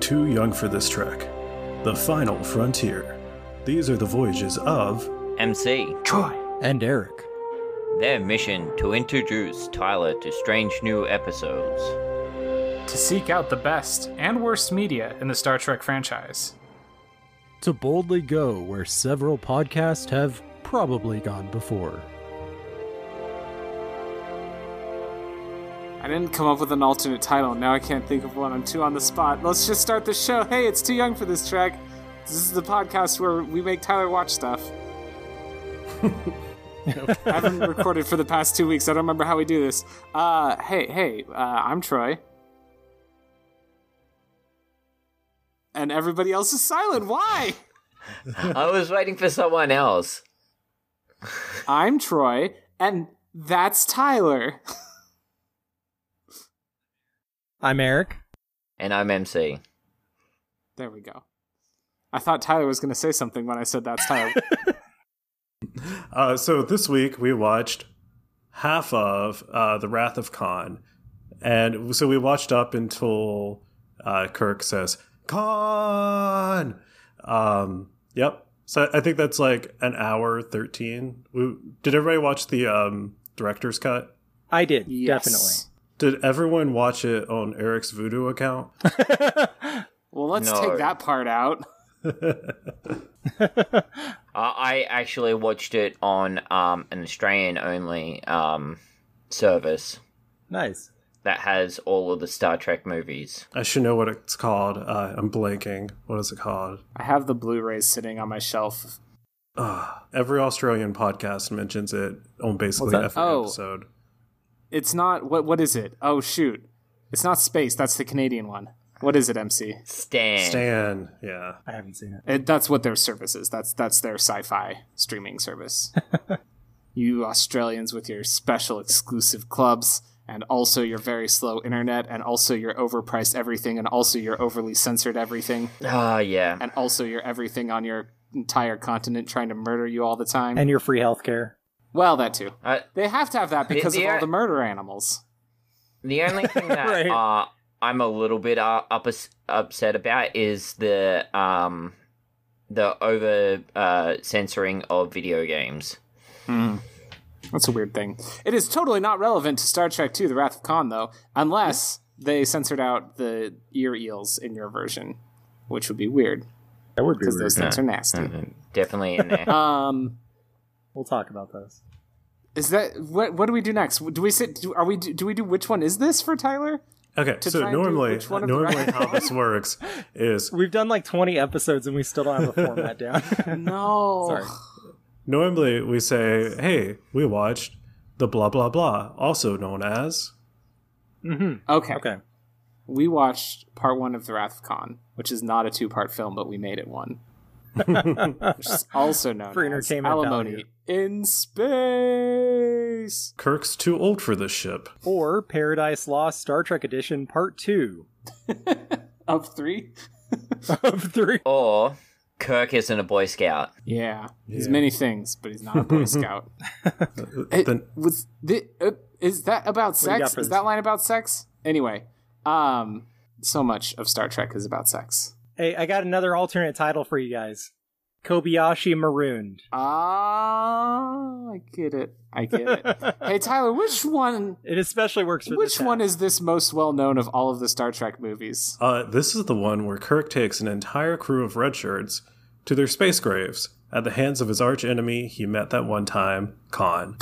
too young for this trek. The final frontier. These are the voyages of MC, Troy, and Eric. their mission to introduce Tyler to strange new episodes. to seek out the best and worst media in the Star Trek franchise. To boldly go where several podcasts have probably gone before. I didn't come up with an alternate title. Now I can't think of one. I'm too on the spot. Let's just start the show. Hey, it's too young for this track. This is the podcast where we make Tyler watch stuff. I haven't recorded for the past two weeks. I don't remember how we do this. Uh, hey, hey, uh, I'm Troy. And everybody else is silent. Why? I was waiting for someone else. I'm Troy, and that's Tyler. I'm Eric. And I'm MC. There we go. I thought Tyler was going to say something when I said that's Tyler. Uh, so this week we watched half of uh, The Wrath of Khan. And so we watched up until uh, Kirk says, Khan! Um, yep. So I think that's like an hour 13. We, did everybody watch the um, director's cut? I did, Yes. Did everyone watch it on Eric's Voodoo account? definitely. Well, let's No. take that part out. I I actually watched it on um, an Australian only um, service nice. that has all of the Star Trek movies. I should know what it's called. Uh, I'm blanking. What is it called? I have the Blu-rays sitting on my shelf. Ugh. every Australian podcast mentions it on basically that? every Oh. episode. It's not what what is it? Oh shoot. It's not space, that's the Canadian one. What is it, MC? Stan. Stan, yeah. I haven't seen it. It, that's what their service is. That's that's their sci-fi streaming service. you Australians with your special exclusive clubs and also your very slow internet and also your overpriced everything and also your overly censored everything Ah, yeah. and also your everything on your entire continent trying to murder you all the time. And your free healthcare. well, that too. Uh, They have to have that The- because the- of all the murder animals. the only thing that Right. uh, I'm a little bit uh, ups- upset about is the um, the over uh, censoring of video games. That's a weird thing. It is totally not relevant to Star Trek II: The Wrath of Khan, though, unless they censored out the ear eels in your version, which would be weird That would be because those things are nasty. Definitely in there. Um, We'll talk about those. is that what? What do we do next? Do we sit? Do, are we? Do we do which one is this for Tyler? Okay, To so try and do normally, which one of the normally right- how this works is We've done like 20 episodes and we still don't have a format down. No. Sorry. normally we say, "Hey, we watched the blah blah blah," also known as Okay. Okay. We watched part one of The Wrath of Khan, which is not a two-part film, but we made it one. which is also known For as entertainment alimony in space. Kirk's too old for this ship. Or Paradise Lost Star Trek Edition Part 2 Of three. of 3. or Kirk isn't a Boy Scout. Yeah, he's Yeah. many things, but he's not a Boy Scout. It- Then was the, uh, is that about do you got sex? for Is this? that line about sex? Anyway, um, so much of Star Trek is about sex. Hey, I got another alternate title for you guys Kobayashi Marooned. Ah, I get it. I get it. hey, Tyler, which one? It especially works for Which this one app. is this most well known of all of the Star Trek movies? uh, this is the one where Kirk takes an entire crew of redshirts to their space graves at the hands of his arch enemy he met that one time, Khan.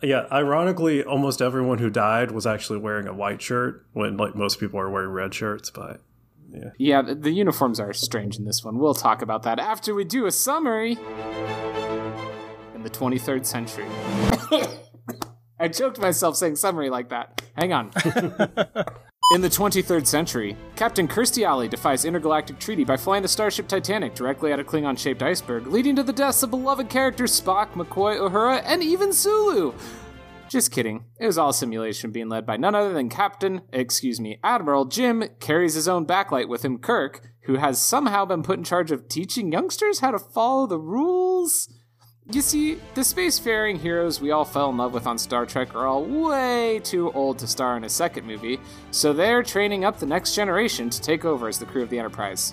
yeah, ironically, almost everyone who died was actually wearing a white shirt when like most people are wearing red shirts, but Yeah, the, the uniforms are strange in this one. We'll talk about that after we do a summary. In the 23rd century. I choked myself saying summary like that. Hang on. In the 23rd century, Captain Kirstie Alley defies intergalactic treaty by flying the starship Titanic directly at a Klingon shaped iceberg, leading to the deaths of beloved characters Spock, McCoy, Uhura, and even Sulu. Just kidding. It was all a simulation being led by none other than Captain, excuse me, Admiral Jim carries his own backlight with him, Kirk, who has somehow been put in charge of teaching youngsters how to follow the rules. You see, the spacefaring heroes we all fell in love with on Star Trek are all way too old to star in a second movie, so they're training up the next generation to take over as the crew of the Enterprise.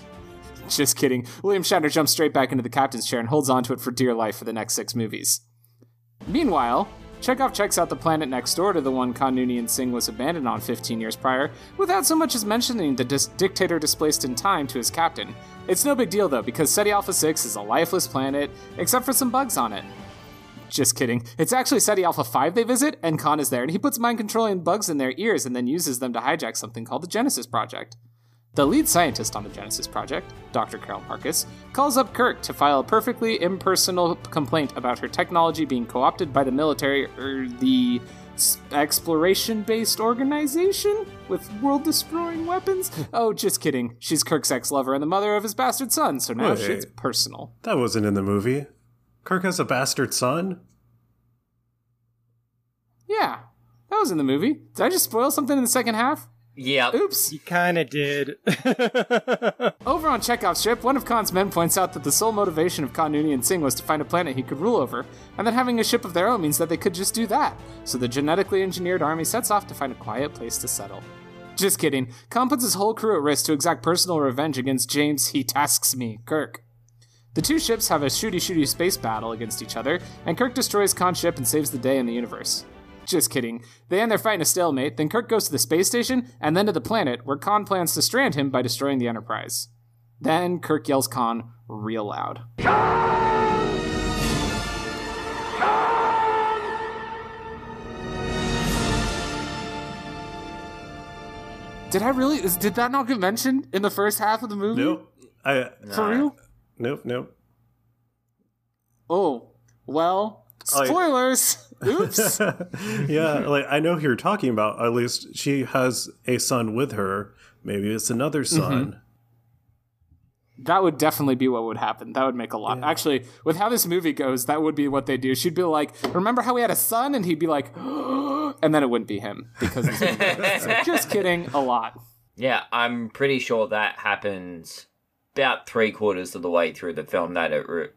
Just kidding. William Shatner jumps straight back into the captain's chair and holds onto it for dear life for the next six movies. Meanwhile, Chekhov checks out the planet next door to the one Kanuni and Singh was abandoned on 15 years prior, without so much as mentioning the dis- dictator displaced in time to his captain. It's no big deal though, because SETI Alpha 6 is a lifeless planet, except for some bugs on it. Just kidding. It's actually SETI Alpha 5 they visit, and Khan is there, and he puts mind controlling bugs in their ears and then uses them to hijack something called the Genesis Project. The lead scientist on the Genesis project, Dr. Carol Marcus, calls up Kirk to file a perfectly impersonal complaint about her technology being co opted by the military or the exploration based organization with world destroying weapons? oh, just kidding. She's Kirk's ex lover and the mother of his bastard son, so now Wait. shit's personal. That wasn't in the movie. Kirk has a bastard son. Yeah, that was in the movie. Did I just spoil something in the second half? Yep. Oops. You kind of did. Over on Chekhov's ship, one of Khan's men points out that the sole motivation of Khan Noonien Singh was to find a planet he could rule over, and that having a ship of their own means that they could just do that. So the genetically engineered army sets off to find a quiet place to settle. Just kidding. Khan puts his whole crew at risk to exact personal revenge against James He Tasks Me, Kirk. The two ships have a shooty shooty space battle against each other, and Kirk destroys Khan's ship and saves the day in the universe. Just kidding. They end their fight in a stalemate, then Kirk goes to the space station and then to the planet, where Khan plans to strand him by destroying the Enterprise. Then Kirk yells Khan real loud. Did I really? Is, did that not get mentioned in the first half of the movie? Nope. I For Nah. real? nope nope. Oh, well, Oh, yeah. spoilers. Oops. yeah, like I know who you're talking about. At least she has a son with her. Maybe it's another son. that would definitely be what would happen. That would make a lot. Actually, with how this movie goes, that would be what they do. She'd be like, "Remember how we had a son?" and he'd be like, and then it wouldn't be him because it's gonna be- so, just kidding. A lot. Yeah, I'm pretty sure that happens about three quarters of the way through the film. That it, re-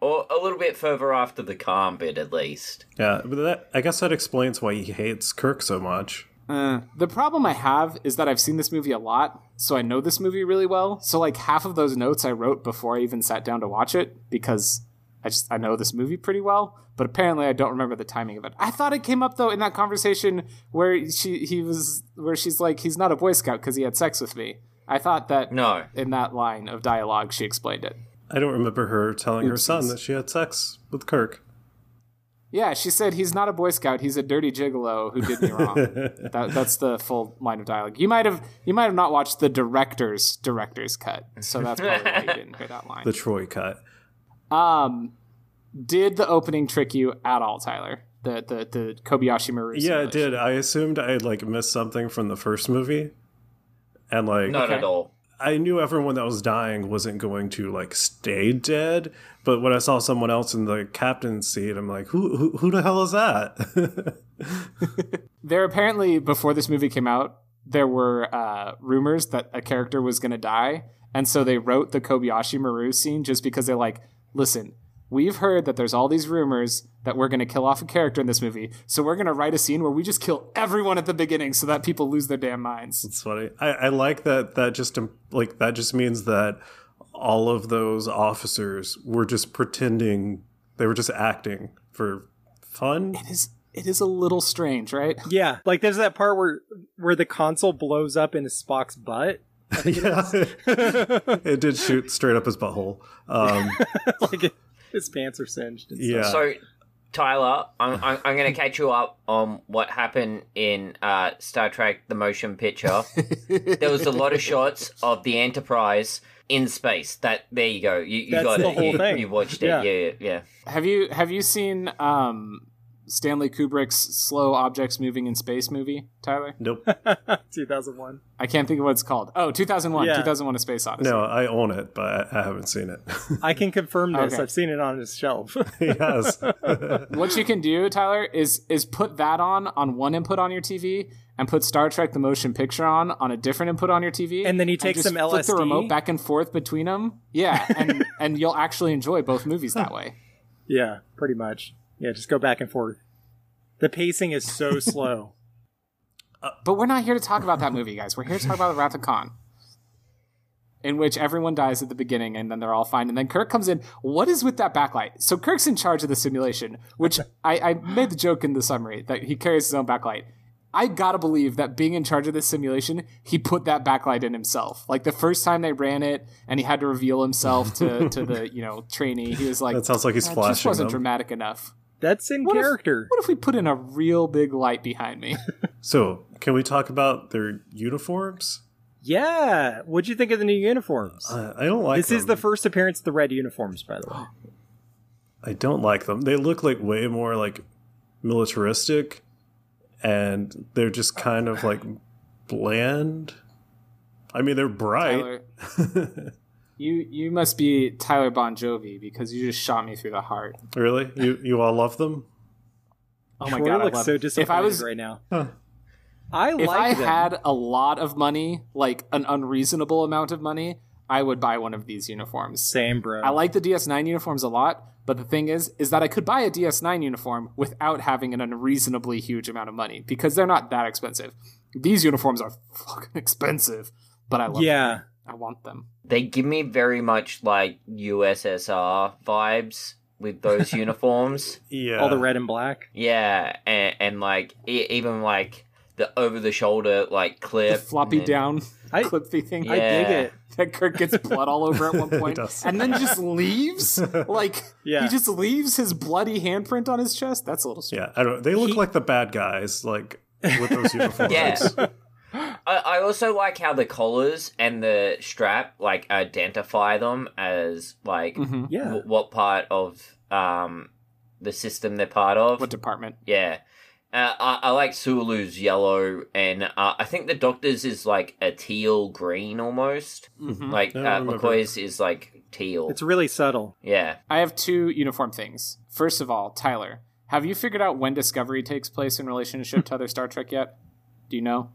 or a little bit further after the calm bit, at least. Yeah, but that I guess that explains why he hates Kirk so much. Uh, the problem I have is that I've seen this movie a lot, so I know this movie really well. So like half of those notes I wrote before I even sat down to watch it because I just I know this movie pretty well, but apparently I don't remember the timing of it. I thought it came up though in that conversation where she he was where she's like he's not a boy scout because he had sex with me. I thought that No. in that line of dialogue she explained it. I don't remember her telling her son Oopsies. that she had sex with Kirk. Yeah, she said he's not a boy scout. He's a dirty gigolo who did me wrong. that, that's the full line of dialogue. You might have you might have not watched the director's director's cut, so that's probably why you didn't hear that line. The Troy cut. Um, did the opening trick you at all, Tyler? The the the Kobayashi Maru. Yeah, it simulation? did. I assumed I had like missed something from the first movie. And like Not at all. I knew everyone that was dying wasn't going to like stay dead, but when I saw someone else in the captain's seat, I'm like, who who, who the hell is that? There apparently before this movie came out, there were uh, rumors that a character was going to die, and so they wrote the Kobayashi Maru scene just because they're like, listen, we've heard that there's all these rumors that we're going to kill off a character in this movie, so we're going to write a scene where we just kill everyone at the beginning so that people lose their damn minds. It's funny. I, I like that. That just im- like that just means that all of those officers were just pretending. They were just acting for fun. It is it is a little strange, right? yeah, like there's that part where where the console blows up in Spock's butt. yeah, it did shoot straight up his butthole. Um, like it, his pants are singed. and yeah, So, Tyler, I'm, I'm, I'm going to catch you up on what happened in uh, Star Trek The Motion Picture. there was a lot of shots of the Enterprise in space. That There you go. You, you That's got the it. whole you, thing. you watched it. Yeah. yeah, yeah. Have you have you seen um, Stanley Kubrick's slow objects moving in space movie, Tyler? nope. stuff. 2001. I can't think of what it's called. Oh, 2001, Yeah. 2001 A Space Odyssey. No, I own it, but I, I haven't seen it. I can confirm this. Okay. I've seen it on his shelf. yes, What you can do, Tyler, is is put that on on one input on your TV and put Star Trek the motion picture on on a different input on your TV. And then you take just some Flick the LSD? remote back and forth between them. Yeah, and and you'll actually enjoy both movies that way. Yeah, pretty much. Yeah, just go back and forth. The pacing is so slow. But we're not here to talk about that movie, guys. We're here to talk about the Wrath of Khan, in which everyone dies at the beginning and then they're all fine. And then Kirk comes in. What is with that backlight? So Kirk's in charge of the simulation, which I, I made the joke in the summary that he carries his own backlight. I gotta believe that being in charge of this simulation, he put that backlight in himself. Like the first time they ran it, and he had to reveal himself to, to the you know trainee. He was like, That sounds like he's "That Just flashing wasn't them." dramatic enough. That's in What if- character. What if we put in a real big light behind me? So, can we talk about their uniforms? yeah. What'd you think of the new uniforms? I, I don't like this is them. the first appearance of the red uniforms, by the way. I don't like them. They look like way more like militaristic, and they're just kind of like bland. I mean, they're bright. Tyler, you you must be Tyler Bon Jovi because you just shot me through the heart. really, you you all love them? Oh my Troy god, I looks love- so disappointed If I was, right now. Huh. I if like I them. had a lot of money, like an unreasonable amount of money, I would buy one of these uniforms. Same, bro. I like the DS9 uniforms a lot, but the thing is, is that I could buy a DS9 uniform without having an unreasonably huge amount of money because they're not that expensive. These uniforms are fucking expensive, but I love Yeah. them. I want them. They give me very much like USSR vibes with those uniforms. Yeah, All the red and black. Yeah, and, and like e- even like the over the shoulder like clip, The floppy and- down I- clip thing. I dig Yeah. it. that Kirk gets blood all over at one He point does. and then just leaves. Like Yeah. he just leaves his bloody handprint on his chest. That's a little strange. Yeah, I don't. They look He- like the bad guys, like with those uniforms. Yeah, I, I also like how the collars and the strap like identify them as like Mhm. Yeah. w- what part of um the system they're part of. What department? yeah. Uh, I, I like Sulu's yellow, and uh, I think the Doctor's is like a teal green almost. Mhm. Like I uh, remember. McCoy's is like teal. It's really subtle. yeah. I have two uniform things. First of all, Tyler, have you figured out when Discovery takes place in relationship to other Star Trek yet? Do you know?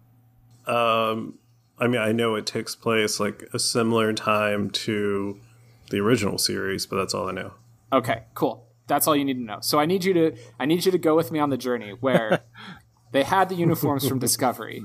Um, I mean, I know it takes place like a similar time to the original series, but that's all I know. Okay, cool. That's all you need to know. So I need you to I need you to go with me on the journey where they had the uniforms from Discovery.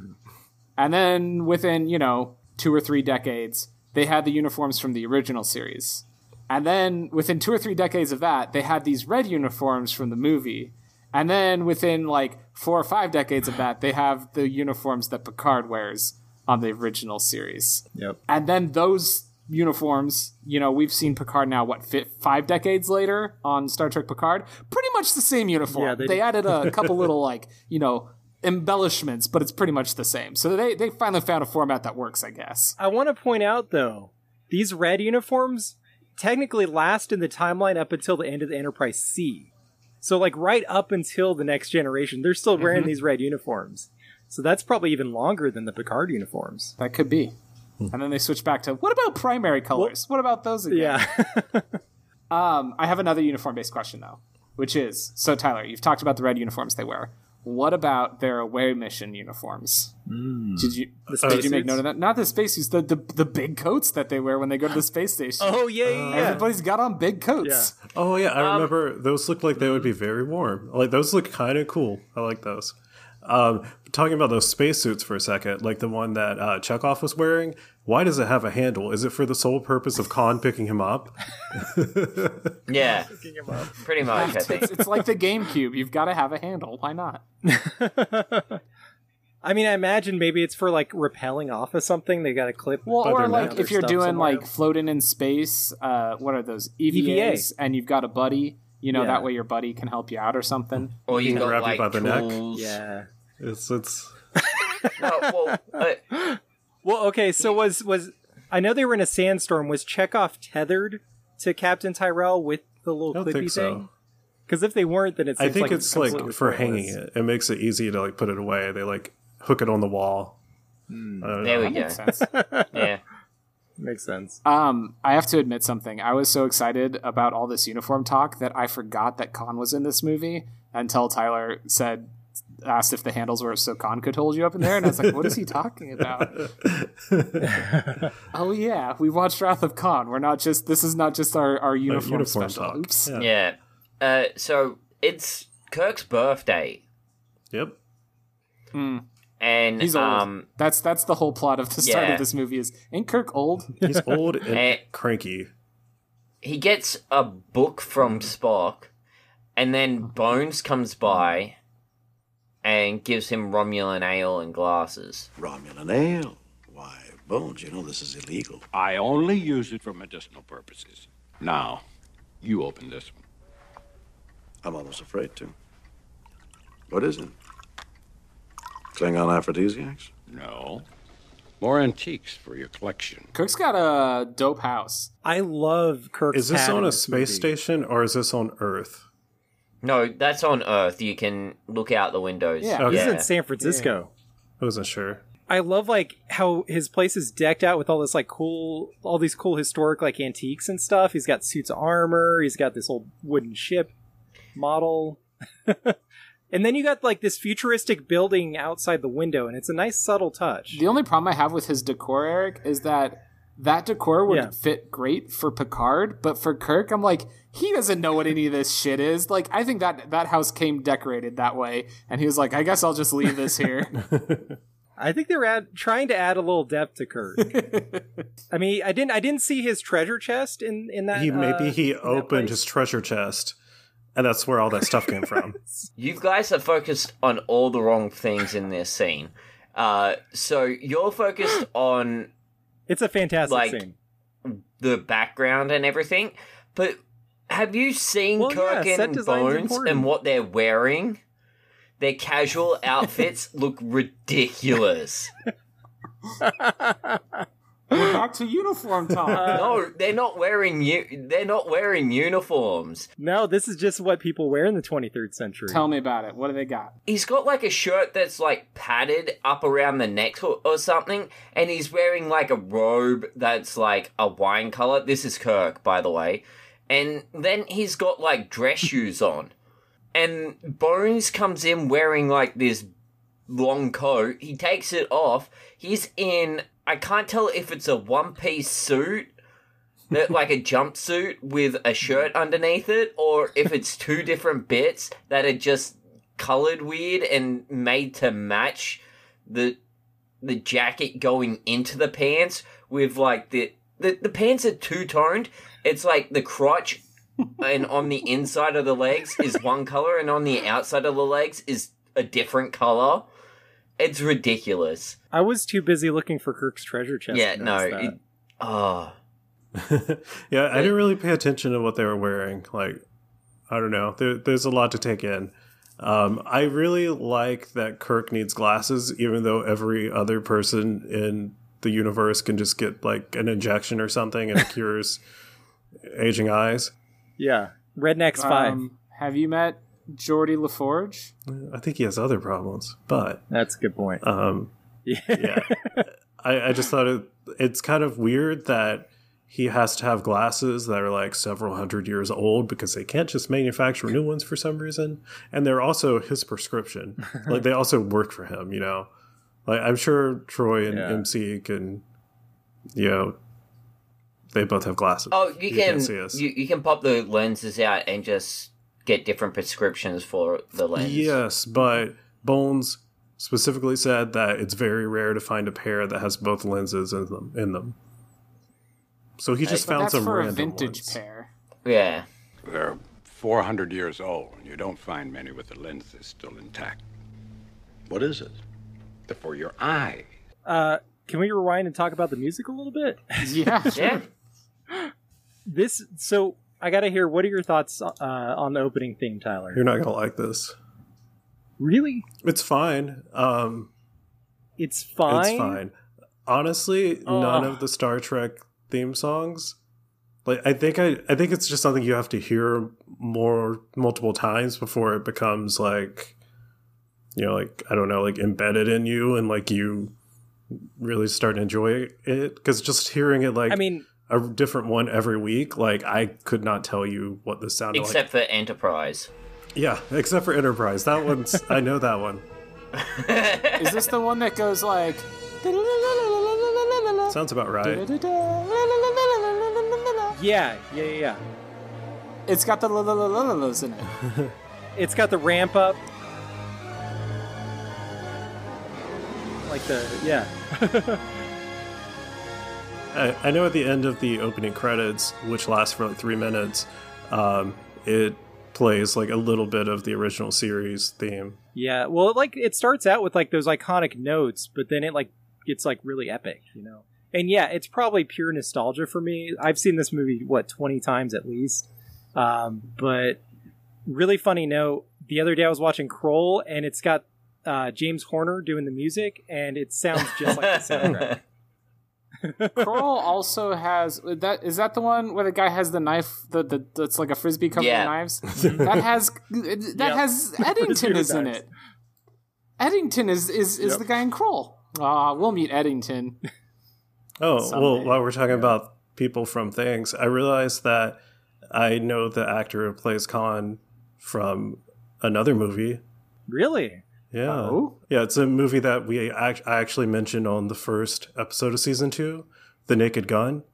And then within, you know, two or three decades, they had the uniforms from the original series. And then within two or three decades of that, they had these red uniforms from the movie. And then within like four or five decades of that, they have the uniforms that Picard wears on the original series Yep. and then those uniforms you know we've seen picard now what fi five decades later on star trek picard pretty much the same uniform Yeah, they, they- added a couple little like you know embellishments but it's pretty much the same so they, they finally found a format that works i guess I want to point out though, these red uniforms technically last in the timeline up until the end of the Enterprise C. So like right up until the next generation, they're still wearing Mm-hmm. these red uniforms. So that's probably even longer than the Picard uniforms. that could be Hmm. and then they switch back to what about primary colors what about those again? Yeah. Um, I have another uniform based question though, which is so Tyler, you've talked about the red uniforms they wear. What about their away mission uniforms? Did you did you make Hmm. spacesuits? note of that? Not the spacesuits, the, the the big coats that they wear when they go to the space station. oh yeah, yeah. yeah. Everybody's got on big coats. Oh yeah, I remember those looked like they would be very warm. Like those look kind of cool. I like those. Um, talking about those spacesuits for a second, like the one that uh, Chekhov was wearing. Why does it have a handle? Is it for the sole purpose of Khan picking him up? Yeah. Pretty much, I think. It's, it's like the GameCube. You've got to have a handle. Why not? I mean, I imagine maybe it's for like repelling off of something. They got a clip. Well, But or they're like not. if you're Stuff doing somewhere like else. floating in space, uh, what are those EVAs? And you've got a buddy. You know Yeah. that way your buddy can help you out or something. Or you can got grab it like by the neck. tools. Yeah. It's it's No, well, uh, Well, okay. So was was I know they were in a sandstorm. Was Chekhov tethered to Captain Tyrell with the little I don't clippy think so. thing? Because if they weren't, then it I seems think like it's like completely for pointless. hanging it. It makes it easy to like put it away. They like hook it on the wall. I don't there know. we go. That makes sense. Yeah. Makes sense. Um, I have to admit something. I was so excited about all this uniform talk that I forgot that Khan was in this movie until Tyler said asked if the handles were so Khan could hold you up in there, and I was like, "What is he talking about?" oh yeah, we watched Wrath of Khan. We're not just this is not just our our uniform, uniform special. talk. Oops. Yeah. Yeah. Uh, so it's Kirk's birthday, Yep. Mm, and he's old. um, that's that's the whole plot of the start Yeah. of this movie. Is ain't Kirk old? He's old and Eh. cranky. he gets a book from Spock, and then Bones comes by and gives him Romulan ale and glasses. Romulan ale. Why, Bones, you know this is illegal. I only use it for medicinal purposes. Now, you open this one. I'm almost afraid to. What is it? Klingon aphrodisiacs? No. More antiques for your collection. Kirk's got a dope house. I love Kirk's Is this hat on in a space movie. station or is this on Earth? No, that's on Earth. You can look out the windows. Yeah. Okay. This is in San Francisco. I wasn't sure. I love like how his place is decked out with all this like cool, all these cool historic like antiques and stuff. He's got suits of armor. He's got this old wooden ship model, and then you got like this futuristic building outside the window, and it's a nice subtle touch. The only problem I have with his decor, Eric, is that that decor would Yeah. fit great for Picard, but for Kirk, I'm like, he doesn't know what any of this shit is. Like, I think that that house came decorated that way, and he was like, I guess I'll just leave this here. I think they're add, trying to add a little depth to Kirk. I mean, I didn't I didn't see his treasure chest in in that. He maybe uh, he in that opened place. his treasure chest, and that's where all that stuff came from. You guys are focused on all the wrong things in this scene. Uh, so you're focused on It's a fantastic like, scene. the background and everything, but have you seen Well, Kirk yeah, set and design's Bones important. and what they're wearing? Their casual outfits look ridiculous. We're back to uniform talk. no, they're not wearing u- they're not wearing uniforms. No, this is just what people wear in the 23rd century. Tell me about it. What do they got? He's got like a shirt that's like padded up around the neck or, or something, and he's wearing like a robe that's like a wine color. This is Kirk, by the way. And then he's got like dress shoes on. And Bones comes in wearing like this long coat. He takes it off. He's in, I can't tell if it's a one piece suit. that- like a jumpsuit with a shirt underneath it, or if it's two different bits that are just colored weird and made to match the the jacket going into the pants with like the the, the pants are two toned. It's like the crotch and on the inside of the legs is one color and on the outside of the legs is a different color. It's ridiculous. I was too busy looking for Kirk's treasure chest. yeah, to no. notice that. It, oh. yeah, I didn't really pay attention to what they were wearing. Like, I don't know. There, there's a lot to take in. Um, I really like that Kirk needs glasses, even though every other person in the universe can just get like an injection or something and it cures aging eyes. yeah, Rednecks Five. Um, have you met Geordie LaForge? I think he has other problems, but That's a good point. um, Yeah. yeah, I, I just thought it, it's kind of weird that he has to have glasses that are like several hundred years old because they can't just manufacture new ones for some reason, and they're also his prescription. like they also work for him, you know. Like I'm sure Troy and Yeah. MC can, you know, they both have glasses. Oh, you, can can't see us. you, you can pop the lenses out and just get different prescriptions for the lens. Yes, but Bones specifically said that it's very rare to find a pair that has both lenses in them. In them. So he just But found that's some for a random vintage ones. pair. Yeah. They're 400 years old, and you don't find many with the lenses still intact. What is it? They're for your eye. Uh, can we rewind and talk about the music a little bit? Yeah. Yeah. This. So I gotta hear. What are your thoughts uh, on the opening theme, Tyler? You're not gonna like this. Really? It's fine. Um, It's fine. It's fine. Honestly, none of the Star Trek theme songs. Like I think I, I think it's just something you have to hear more multiple times before it becomes like you know, like I don't know, like embedded in you and like you really start enjoying it cuz just hearing it like I mean, a different one every week, like I could not tell you what this sounded Except for Enterprise. like. Yeah, except for Enterprise. That one's I know that one. Is this the one that goes like? Sounds about right. yeah, yeah, yeah. yeah. It's got the la la la la la la's in it. It's got the ramp up. Like the yeah. I, I know at the end of the opening credits, which lasts for like three minutes, um, it plays like a little bit of the original series theme. Yeah. Well, it, like it starts out with like those iconic notes, but then it like gets like really epic, you know. And yeah, it's probably pure nostalgia for me. I've seen this movie what 20 times at least. Um, but really funny note, the other day I was watching Kroll and it's got uh, James Horner doing the music and it sounds just like the soundtrack. Kroll also has that. Is that the one where the guy has the knife? The, the that's like a frisbee covered Yeah. in knives. Mm-hmm. That has that has Eddington is in knives. it. Eddington is is, is the guy in Kroll. Ah, we'll meet Eddington. Oh, well, Someday. while we're talking about people from things, I realized that I know the actor who plays Khan from another movie. really? Yeah. Oh? Yeah, it's a movie that we act- I actually mentioned on the first episode of season two, The Naked Gun.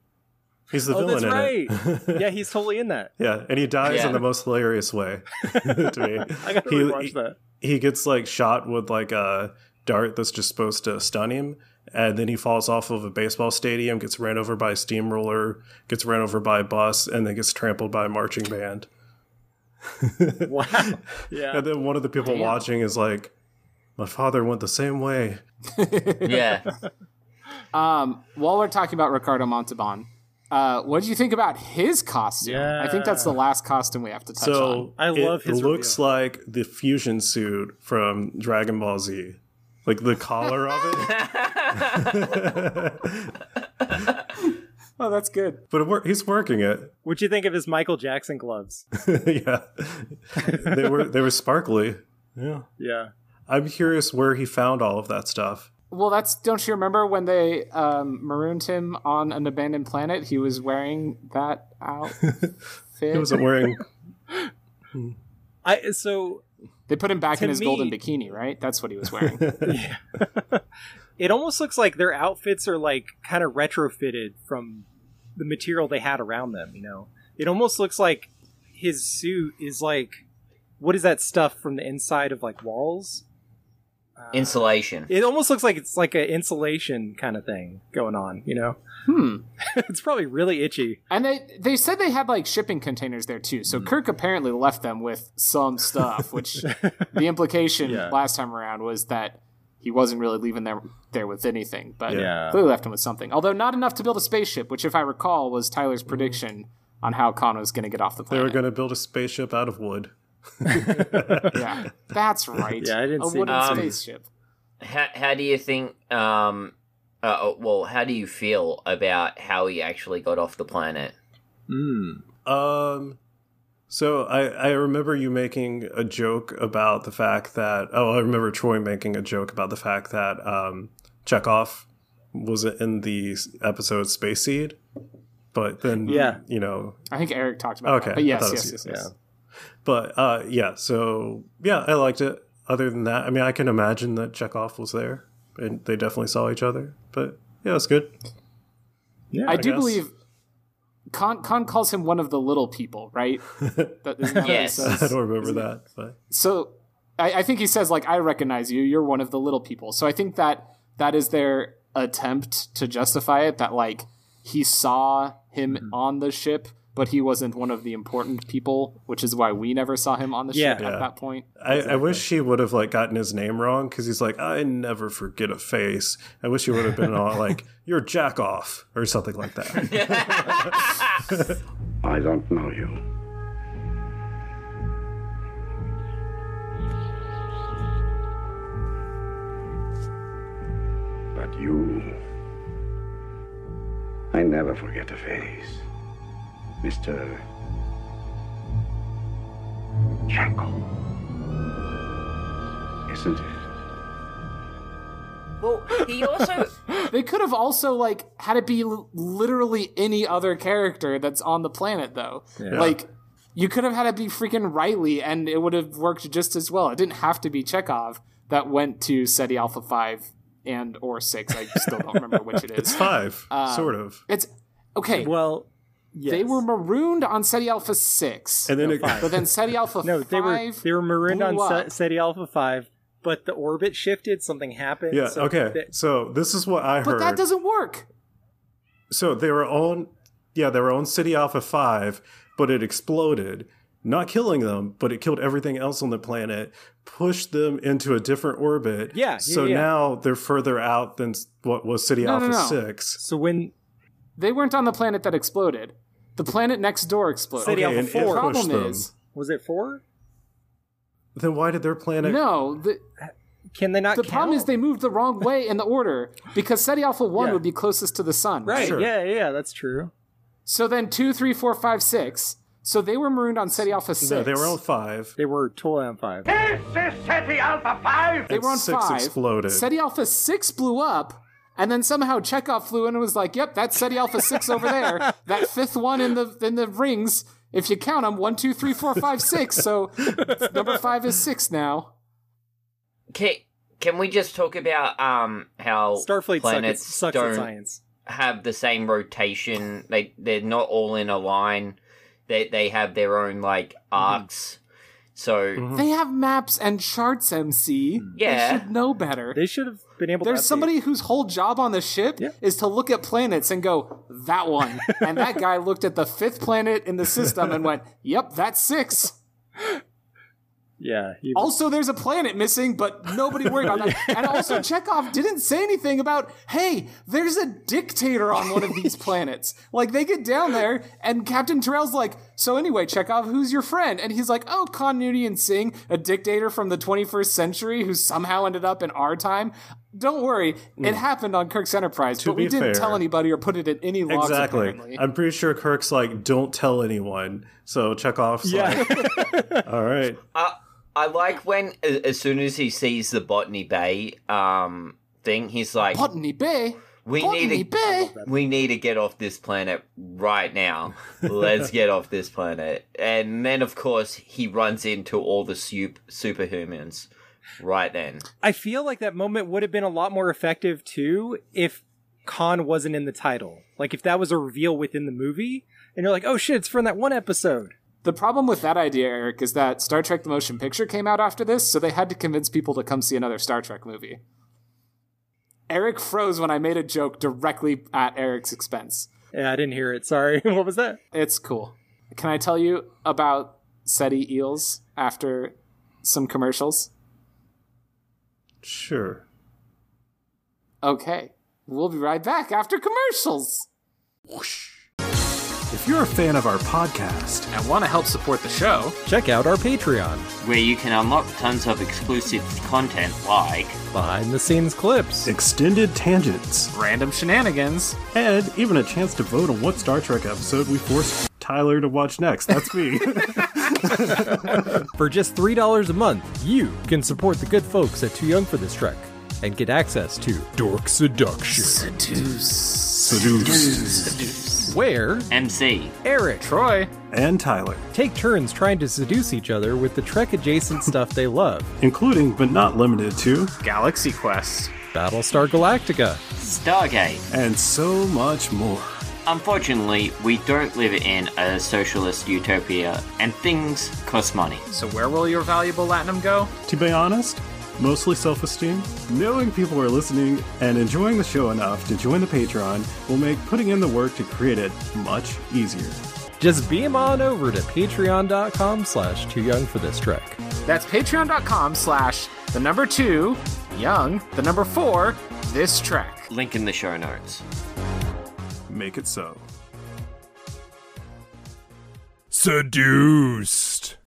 He's the Oh, villain that's in right. it. yeah, he's totally in that. yeah, and he dies Yeah. in the most hilarious way to me. I gotta He- rewatch he- that. he gets like shot with like a dart that's just supposed to stun him and then he falls off of a baseball stadium gets ran over by a steamroller gets ran over by a bus and then gets trampled by a marching band Wow. Yeah. and then one of the people Damn. watching is like my father went the same way Yeah. Um, while we're talking about Ricardo Montalban, uh, what do you think about his costume? I think that's the last costume we have to touch on. so I love it his looks reveal. like the fusion suit from dragon ball z like the collar of it Oh, that's good. but it wor- he's working it What'd you think of his Michael Jackson gloves? yeah they were they were sparkly yeah Yeah. i'm curious where he found all of that stuff Well, that's don't you remember when they um, marooned him on an abandoned planet? He was wearing that outfit. He wasn't wearing. I so they put him back To in his me- golden bikini, right? That's what he was wearing. it almost looks like their outfits are like kind of retrofitted from the material they had around them you know it almost looks like his suit is like what is that stuff from the inside of like walls Insulation. it almost looks like it's like an insulation kind of thing going on you know hmm. it's probably really itchy And they they said they had like shipping containers there too. So Kirk apparently left them with some stuff, which the implication Yeah. last time around was that he wasn't really leaving them there with anything, but Yeah. clearly left him with something. Although not enough to build a spaceship, which if I recall was Tyler's prediction on how Khan was going to get off the They planet. were going to build a spaceship out of wood. yeah, that's right. Yeah, I didn't a see wooden that. Um, spaceship. How, how do you think? Um, uh, well, how do you feel about how he actually got off the planet? Um, so I I remember you making a joke about the fact that oh I remember Troy making a joke about the fact that um Chekhov was in the episode Space Seed, but then Yeah. you know I think Eric talked about Okay, that. But I yes, thought it yes, was- yes, yeah. yes. but uh yeah so yeah I liked it. Other than that, I mean I can imagine that Chekhov was there and they definitely saw each other, but yeah it's good. yeah I, do guess. believe Khan, Khan calls him one of the little people, right? That- isn't that what he Yes. says? I don't remember that, but so I, I think he says like I recognize you. You're one of the little people. So I think that that is their attempt to justify it that like he saw him Mm-hmm. on the ship, but he wasn't one of the important people, which is why we never saw him on the ship Yeah. Yeah. at that point. I, I wish he would have like gotten his name wrong because he's like, I never forget a face. I wish he would have been all like, "You're jack off" or something like that. I don't know you. But you. I never forget a face. Mr. Janko. Isn't it? Well, he also They could have also like had it be l- literally any other character that's on the planet though. Like you could have had it be freaking Riley and it would have worked just as well. It didn't have to be Chekhov that went to SETI Alpha 5 and or 6. I still don't remember which it is. Five, sort of. It's okay. well Yes. They were marooned on SETI Alpha 6. And then it, five. but but then SETI Alpha no, 5. they were they were marooned blew on up. Se- SETI Alpha Five, but the orbit shifted. Something happened. yeah, so okay. they- so this is what I But heard. that doesn't work. so they were on, yeah, they were on City Alpha Five, but it exploded, not killing them, but it killed everything else on the planet, pushed them into a different orbit. Yeah, yeah, So yeah. now they're further out than s- what was City No, Alpha no, no. Six. so when They weren't on the planet that exploded. The planet next door exploded. SETI Alpha and it four. pushed Problem them. is- was it four? Then why did their planet? No, the, Can they not? the count? problem is they moved the wrong way in the order because SETI Alpha 1 Yeah. would be closest to the sun. right. Sure. Yeah, yeah, that's true. So then 2, 3, 4, 5, 6. So they were marooned on SETI Alpha 6. No, they were on five. They were totally on five. They and were on six 5. exploded. SETI Alpha 6 blew up. And then somehow Chekhov flew in and was like, "Yep, that's SETI Alpha six over there. That fifth one in the in the rings. If you count them, one, two, three, four, five, six. So number five is six now. Can, can we just talk about um how Starfleet planets sucks, sucks don't at science. have the same rotation? They they're not all in a line. They they have their own like Mm-hmm. arcs. So They have maps and charts, MC. Yeah. they should know better. They should have been able. to There's update. somebody whose whole job on the ship Yeah. is to look at planets and go, that one. and that guy looked at the fifth planet in the system and went, yep, that's six. Yeah. he- Also, there's a planet missing, but nobody worried about that. And also, Chekhov didn't say anything about, hey, there's a dictator on one of these planets. Like, they get down there, and Captain Terrell's like, so anyway, Chekhov, who's your friend? And he's like, oh, Kanunian Singh, a dictator from the 21st century who somehow ended up in our time. Don't worry, it happened on Kirk's Enterprise, but we Hmm. be didn't fair- tell anybody or put it in any logs. Exactly. apparently. I'm pretty sure Kirk's like, don't tell anyone. So Chekhov's yeah. like, all right. I like when a- as soon as he sees the Botany Bay um thing, he's like, Botany Bay. "We Botany need to Bay. we need to get off this planet right now. Let's get off this planet." And then, of course, he runs into all the sup- superhumans right then. I feel like that moment would have been a lot more effective too if Khan wasn't in the title. Like if that was a reveal within the movie, and you're like, oh shit, it's from that one episode. The problem with that idea, Eric, is that Star Trek the Motion Picture came out after this, so they had to convince people to come see another Star Trek movie. Eric froze when I made a joke directly at Eric's expense. Yeah, I didn't hear it. Sorry. what was that? It's cool. Can I tell you about SETI eels after some commercials? Sure. Okay. We'll be right back after commercials. If you're a fan of our podcast, I want to help support the show. check out our Patreon, Where you can unlock tons of exclusive content, like behind the scenes clips. Extended tangents. Random shenanigans. And even a chance to vote on what Star Trek episode we forced Tyler to watch next. That's me. For just $3 a month, you can support the good folks at Too Young for This Trek and get access to Dork Seduction, where MC. Eric, Troy. and Tyler, take turns trying to seduce each other with the Trek adjacent stuff they love including but not limited to, Galaxy Quest. Battlestar Galactica, Stargate. and so much more. Unfortunately, we don't live in a socialist utopia, and things cost money. So, where will your valuable latinum go? To be honest, mostly self esteem, knowing people are listening and enjoying the show enough to join the Patreon will make putting in the work to create it much easier. Just beam on over to patreon.com slash too young for this trek. That's patreon.com slash the number two, young, the number four, this track. Link in the show notes. Make it so. Seduced.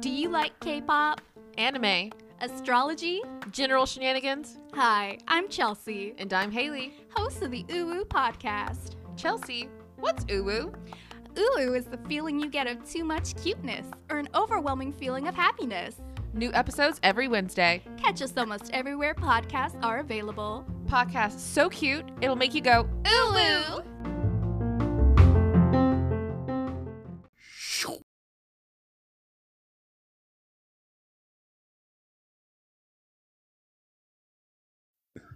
Do you like K pop, anime, astrology, general shenanigans? Hi, I'm Chelsea, And I'm Haley. host of the UWU podcast. Chelsea, what's uwu? UWU is the feeling you get of too much cuteness or an overwhelming feeling of happiness. New episodes every Wednesday. Catch us almost everywhere podcasts are available. Podcast so cute, it'll make you go, UWU!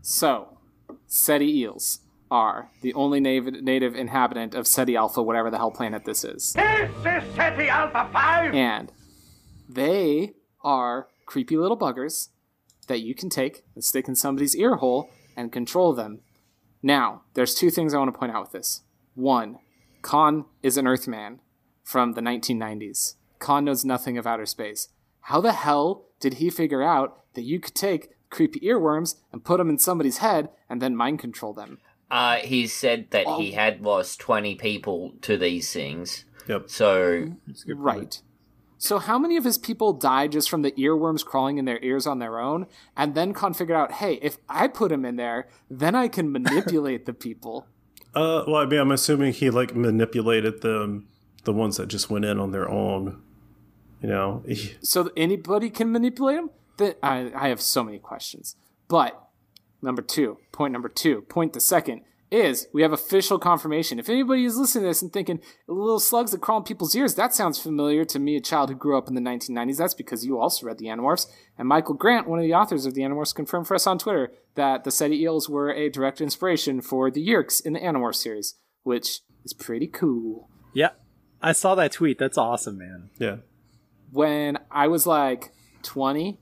So, Seti eels are the only nav- native inhabitant of Seti Alpha, whatever the hell planet this is. This is City Alpha 5! And they are creepy little buggers that you can take and stick in somebody's ear hole and control them. Now, there's two things I want to point out with this. One, Khan is an Earthman from the 1990s. Khan knows nothing of outer space. How the hell did he figure out that you could take creepy earworms and put them in somebody's head and then mind control them? Uh, he said that he had lost 20 people to these things. Yep. So, Right. So, how many of his people died just from the earworms crawling in their ears on their own? And then Khan figured out, hey, if I put him in there, then I can manipulate the people. Uh, well, I mean, I'm assuming he like manipulated the the ones that just went in on their own. You know, so that anybody can manipulate them. That I, I have so many questions. But number two, point number two, point the second is we have official confirmation. If anybody is listening to this and thinking little slugs that crawl in people's ears, that sounds familiar to me, a child who grew up in the 1990s. That's because you also read the Animorphs. And Michael Grant, one of the authors of the Animorphs, confirmed for us on Twitter that the SETI eels were a direct inspiration for the Yerks in the Animorph series, which is pretty cool. Yeah. I saw that tweet. That's awesome, man. yeah. when I was like 20,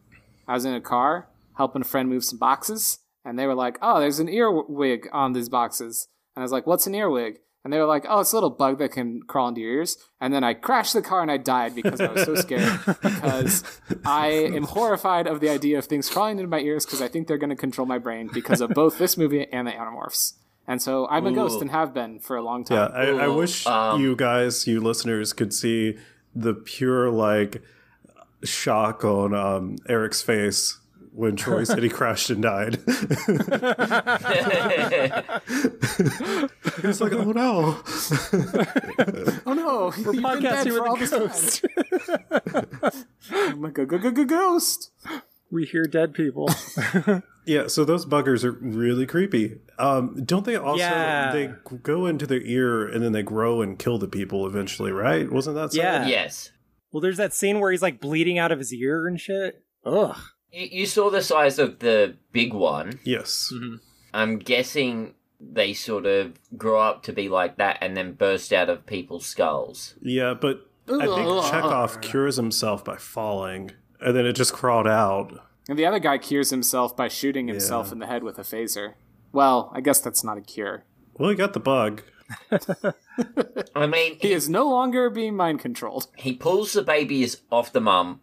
I was in a car helping a friend move some boxes, and they were like, "Oh, there's an earwig on these boxes," and I was like, "What's an earwig?" And they were like, "Oh, it's a little bug that can crawl into your ears." And then I crashed the car and I died because I was so scared because I am horrified of the idea of things crawling into my ears because I think they're going to control my brain because of both this movie and the Animorphs. And so I'm a ghost Ooh. and have been for a long time. Yeah, I, I wish you guys, you listeners, could see the pure like shock on um, Eric's face when Troy said he crashed and died. He's like, oh no. Oh no, we're podcasting with a ghost. I'm a go go go go ghost. We hear dead people. Yeah, so those buggers are really creepy. Um, don't they also Yeah. they g- go into their ear and then they grow and kill the people eventually, right? Wasn't that so? Yeah. yes. Well, there's that scene where he's like bleeding out of his ear and shit. Ugh. You, you saw the size of the big one. Yes. Mm-hmm. I'm guessing they sort of grow up to be like that and then burst out of people's skulls. Yeah, but I think Chekhov cures himself by falling, and then it just crawled out. And the other guy cures himself by shooting himself in the head with a phaser. Well, I guess that's not a cure. Well, he got the bug. I mean, He is no longer being mind controlled. he pulls the babies off the mum,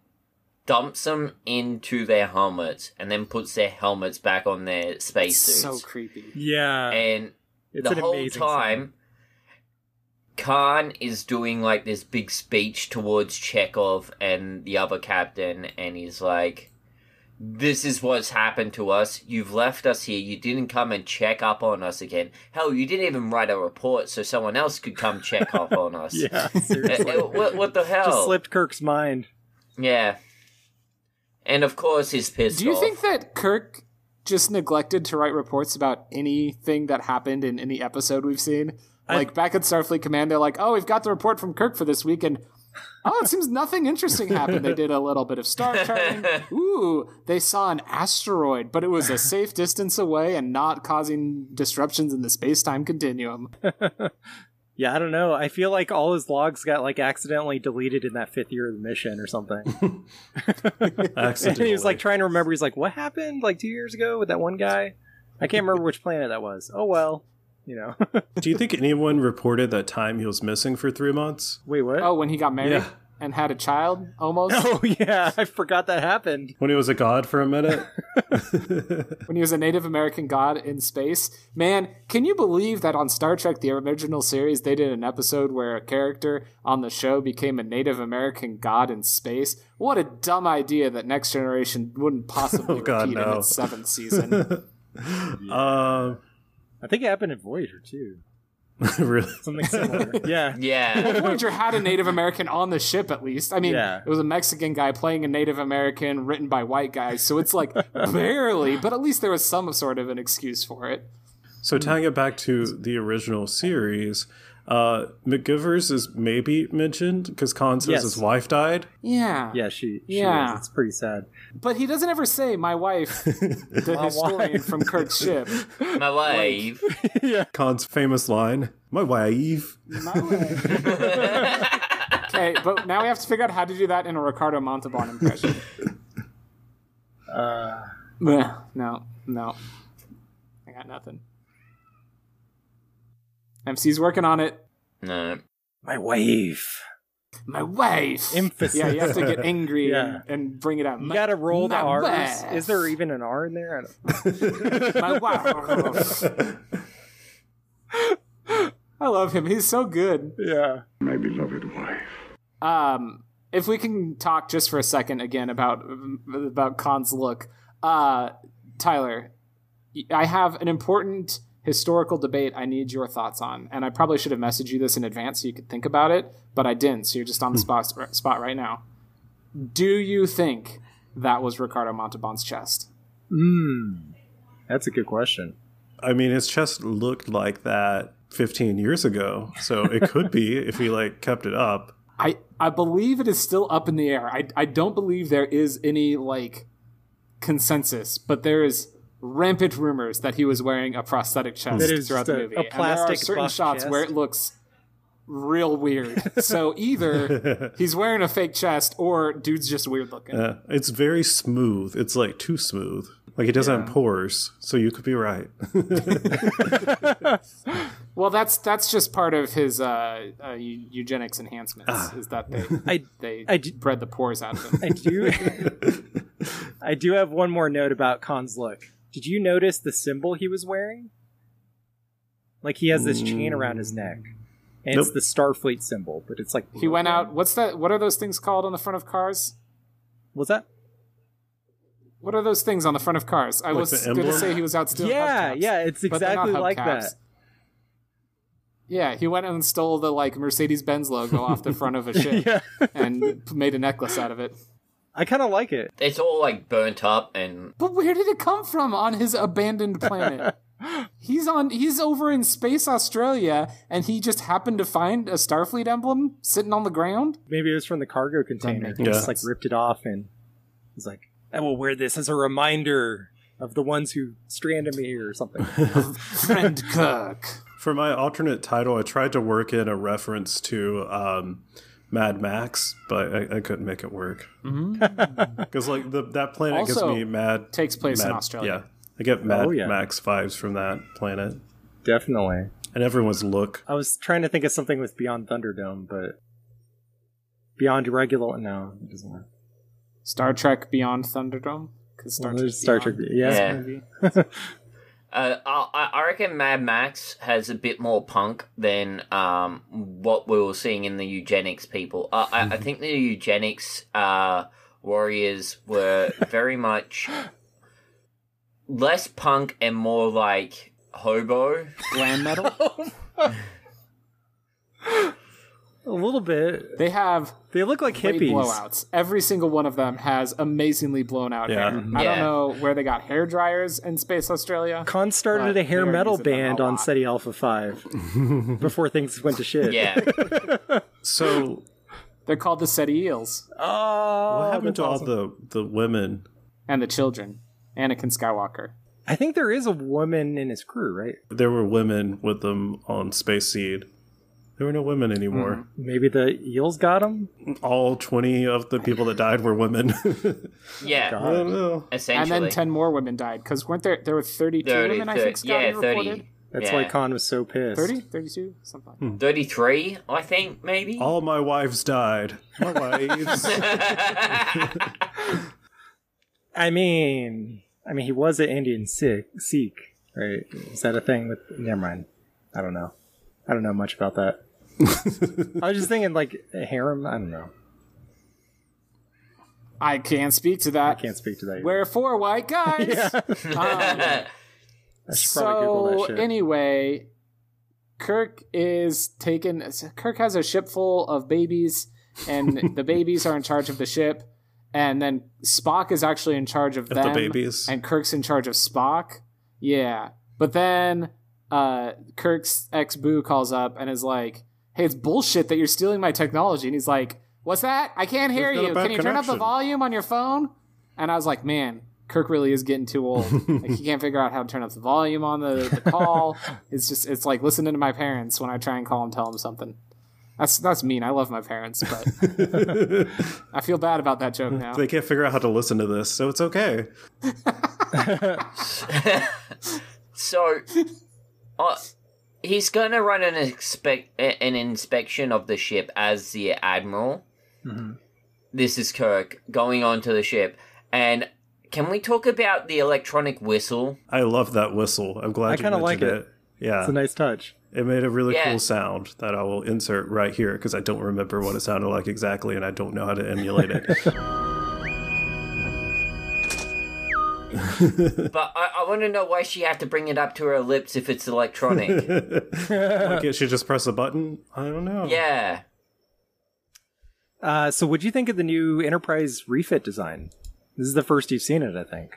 dumps them into their helmets, and then puts their helmets back on their spacesuits. So creepy. Yeah. and It's the an whole amazing time, Khan is doing like this big speech towards Chekhov and the other captain, and he's like, "This is what's happened to us. You've left us here. You didn't come and check up on us again. Hell, you didn't even write a report so someone else could come check up on us. Yeah. Uh, uh, Seriously. what, what the hell? Just slipped Kirk's mind. Yeah." And of course, he's pissed Do you off. think that Kirk just neglected to write reports about anything that happened in any episode we've seen? Like back at Starfleet Command, they're like, "Oh, we've got the report from Kirk for this week," and oh, it seems nothing interesting happened. They did a little bit of star charting. Ooh, they saw an asteroid, but it was a safe distance away and not causing disruptions in the space-time continuum. Yeah, I don't know. I feel like all his logs got like accidentally deleted in that fifth year of the mission or something. and Accidentally. he was like trying to remember. He's like, "What happened like two years ago with that one guy? I can't remember which planet that was. Oh well, you know. Do you think anyone reported that time he was missing for three months? Wait, what? Oh, when he got married Yeah. and had a child, almost Oh, yeah, I forgot that happened. When he was a god for a minute? when he was a Native American god in space. Man, can you believe that on Star Trek, the original series, they did an episode where a character on the show became a Native American god in space? What a dumb idea that Next Generation wouldn't possibly Oh, God, repeat in no. its seventh season. Um, I think it happened in Voyager too. really? Something similar. yeah. Yeah. Voyager had a Native American on the ship, at least. I mean, Yeah. it was a Mexican guy playing a Native American written by white guys, so it's like barely, but at least there was some sort of an excuse for it. So tying it back to the original series, Uh, McGivers is maybe mentioned because Khan says Yes. his wife died. Yeah. Yeah, she, she Yeah. is. It's pretty sad. But he doesn't ever say my wife, the historian from Kirk's ship. My wife. Khan's famous line, "My wife." Okay, but now we have to figure out how to do that in a Ricardo Montalban impression. Uh, Meh, no, no, I got nothing. MC's working on it. No. my wife. My wife. Emphasis. Yeah, you have to get angry Yeah. and, and bring it out. You gotta roll the my R's. wife. Is there even an R in there? I don't- my wife. I love him. He's so good. Yeah. My beloved wife. Um, if we can talk just for a second again about about Khan's look, uh, Tyler, I have an important historical debate I need your thoughts on, and I probably should have messaged you this in advance so you could think about it, but I didn't. So you're just on the spot spot right now. Do you think that was Ricardo Montalban's chest? Mm, that's a good question. I mean, his chest looked like that 15 years ago, so it could be if he like kept it up. I I believe it is still up in the air. I I don't believe there is any like consensus, but there is rampant rumors that he was wearing a prosthetic chest That is throughout the just a- movie. a and there are plastic certain buff shots where it chest. looks real weird. so either he's wearing a fake chest or dude's just weird looking. Uh, it's very smooth. It's like too smooth. Like he doesn't have pores, so you could be right. Well, that's that's just part of his uh, uh, eu- eugenics enhancements is that they I they Ah. I d- bred the pores out of him. I do. I do have one more note about Khan's look. Did you notice the symbol he was wearing? Like he has this chain around his neck, and it's Nope. the Starfleet symbol, but it's like He went out. What's that? What are those things called on the front of cars? Was that? What are those things on the front of cars? I Like was the going to emblem? say he was out stealing. Yeah, hubcaps, yeah, it's but they're not exactly like hubcaps. that. Yeah, he went and stole the like Mercedes Benz logo off the front of a ship Yeah, and p- made a necklace out of it. I kind of like it. It's all like burnt up and But where did it come from on his abandoned planet? he's on. He's over in space, Australia, and he just happened to find a Starfleet emblem sitting on the ground. Maybe it was from the cargo container. make He just like sense. ripped it off and was like, "I will wear this as a reminder of the ones who stranded me here or something." Friend Kirk. For my alternate title, I tried to work in a reference to um, Mad Max, but I, I couldn't make it work. Because like the, that planet Also gives me mad. takes place in mad- Australia. Yeah, I get Mad Oh, yeah. Max vibes from that planet Definitely. and everyone's look. I was trying to think of something with Beyond Thunderdome, but Beyond Regular. No, it doesn't work. Star Trek Beyond Thunderdome. Because Star Well, Trek. there's Star Trek. Beyond Yeah. Yeah. movie. Uh, I, I reckon Mad Max has a bit more punk than um, what we were seeing in the eugenics people. I, I, I think the eugenics uh, warriors were very much less punk and more like hobo. Glam metal. A little bit. They have They look like great hippies. blowouts. Every single one of them has amazingly blown out Yeah. hair. Mhm. I don't Yeah. know where they got hair dryers in space Australia. Khan started But a hair they are metal using them band a on lot. SETI Alpha 5 before things went to shit. Yeah. So They're called the SETI eels Oh, what happened that's to awesome. all the the women? and the children. Anakin Skywalker. I think there is a woman in his crew, right? There were women with them on Space Seed. There were no women anymore. Maybe the eels got him? All twenty of the people that died were women. Yeah. I don't know. And Essentially. then ten more women died because weren't there? There were thirty-two women. I think Scotty yeah, 30. reported. That's yeah. why Khan was so pissed. 30? 32? Something. Hmm. like that. 33, I think, maybe? All my wives died. My wives. I mean, I mean, he was an Indian Sikh, Sikh, right? Is that a thing with? Never mind. I don't know. I don't know much about that. I was just thinking, like a harem. I don't know. I can't speak to I that. can't speak to that. either. We're four white guys. Um, Um, I should probably Google so that shit. anyway, Kirk is taken. Kirk has a ship full of babies, and the babies are in charge of the ship. And then Spock is actually in charge of the them, babies. and Kirk's in charge of Spock. Yeah, but then uh, Kirk's ex boo calls up and is like, "Hey, it's bullshit that you're stealing my technology." And he's like, "What's that? I can't hear He's got a you. bad Can you turn up the connection." volume on your phone?" And I was like, "Man, Kirk really is getting too old. like he can't figure out how to turn up the volume on the, the call. it's just it's like listening to my parents when I try and call and tell them something." That's that's mean. I love my parents, but I feel bad about that joke now. They can't figure out how to listen to this, so it's okay. So, uh, he's going to run an expect an inspection of the ship as the admiral. This is Kirk going onto the ship, and can we talk about the electronic whistle? I love that whistle. I'm glad I you kinda mentioned like it. it. Yeah, It's a nice touch. It made a really Yeah. cool sound that I will insert right here because I don't remember what it sounded like exactly, and I don't know how to emulate it. but I, I want to know why she had to bring it up to her lips if it's electronic. like, it should just press a button. I don't know. yeah. Uh, so, what do you think of the new Enterprise refit design? This is the first you've seen it, I think.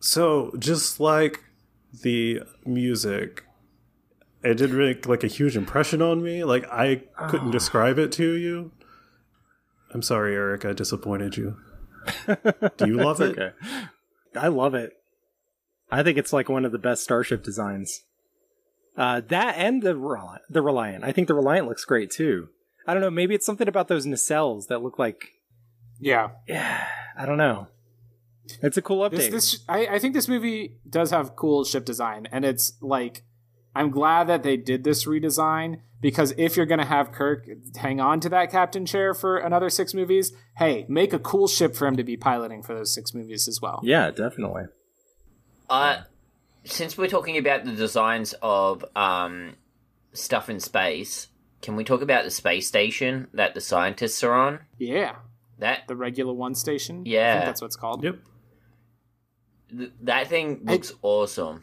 So just like the music, it did make like a huge impression on me. Like I Ah. couldn't describe it to you. I'm sorry, Eric. I disappointed you. Do you love it? It's okay. I love it. I think it's like one of the best starship designs. Uh, that and the Reli- the Reliant. I think the Reliant looks great too. I don't know. Maybe it's something about those nacelles that look like. Yeah. Yeah. I don't know. It's a cool update. This, this I, I think this movie does have cool ship design, and it's like I'm glad that they did this redesign because if you're gonna have Kirk hang on to that captain chair for another six movies, hey, make a cool ship for him to be piloting for those six movies as well. yeah, definitely. Uh, since we're talking about the designs of um, stuff in space, can we talk about the space station that the scientists are on? Yeah. That the regular one station. I Yeah. think that's what it's called. Yep. Th- that thing looks awesome.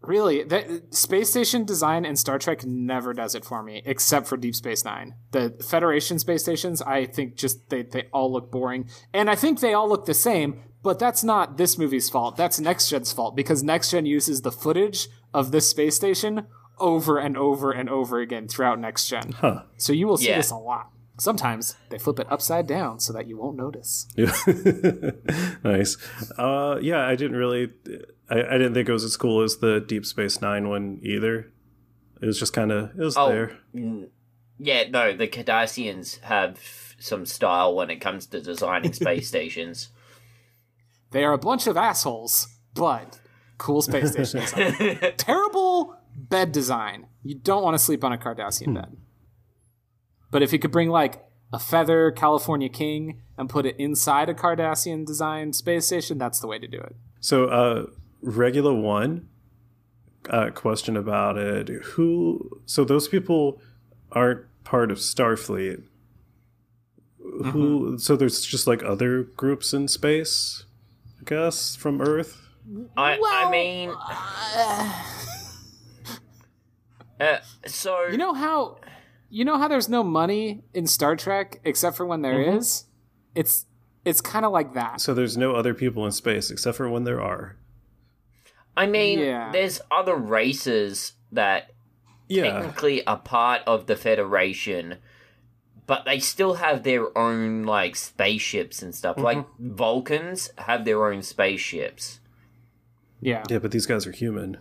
Really, that space station design in Star Trek never does it for me, except for Deep Space Nine. The Federation space stations, I think, just they they all look boring, and I think they all look the same. But that's not this movie's fault. That's Next Gen's fault because Next Gen uses the footage of this space station over and over and over again throughout Next Gen. Huh. So you will see Yeah. this a lot. Sometimes they flip it upside down so that you won't notice. Yeah. nice. Uh, yeah, I didn't really. I, I didn't think it was as cool as the Deep Space Nine one either. It was just kind of. It Oh. Oh. was there. n- Yeah, no, the Cardassians have some style when it comes to designing space stations. They are a bunch of assholes, but cool space stations. Terrible bed design. You don't want to sleep on a Cardassian bed. But if you could bring like a feather California King and put it inside a Cardassian designed space station, that's the way to do it. So, uh, regular one uh, question about it. Who? So those people aren't part of Starfleet. Who? So there's just like other groups in space, I guess, from Earth. I, I mean, uh, so you know how you know how there's no money in Star Trek except for when there is. Mhm. It's it's kind of like that. So there's no other people in space except for when there are. I mean, Yeah. there's other races that technically are part of the Federation, but they still have their own like spaceships and stuff. Like Vulcans have their own spaceships. Yeah. Yeah, but these guys are human.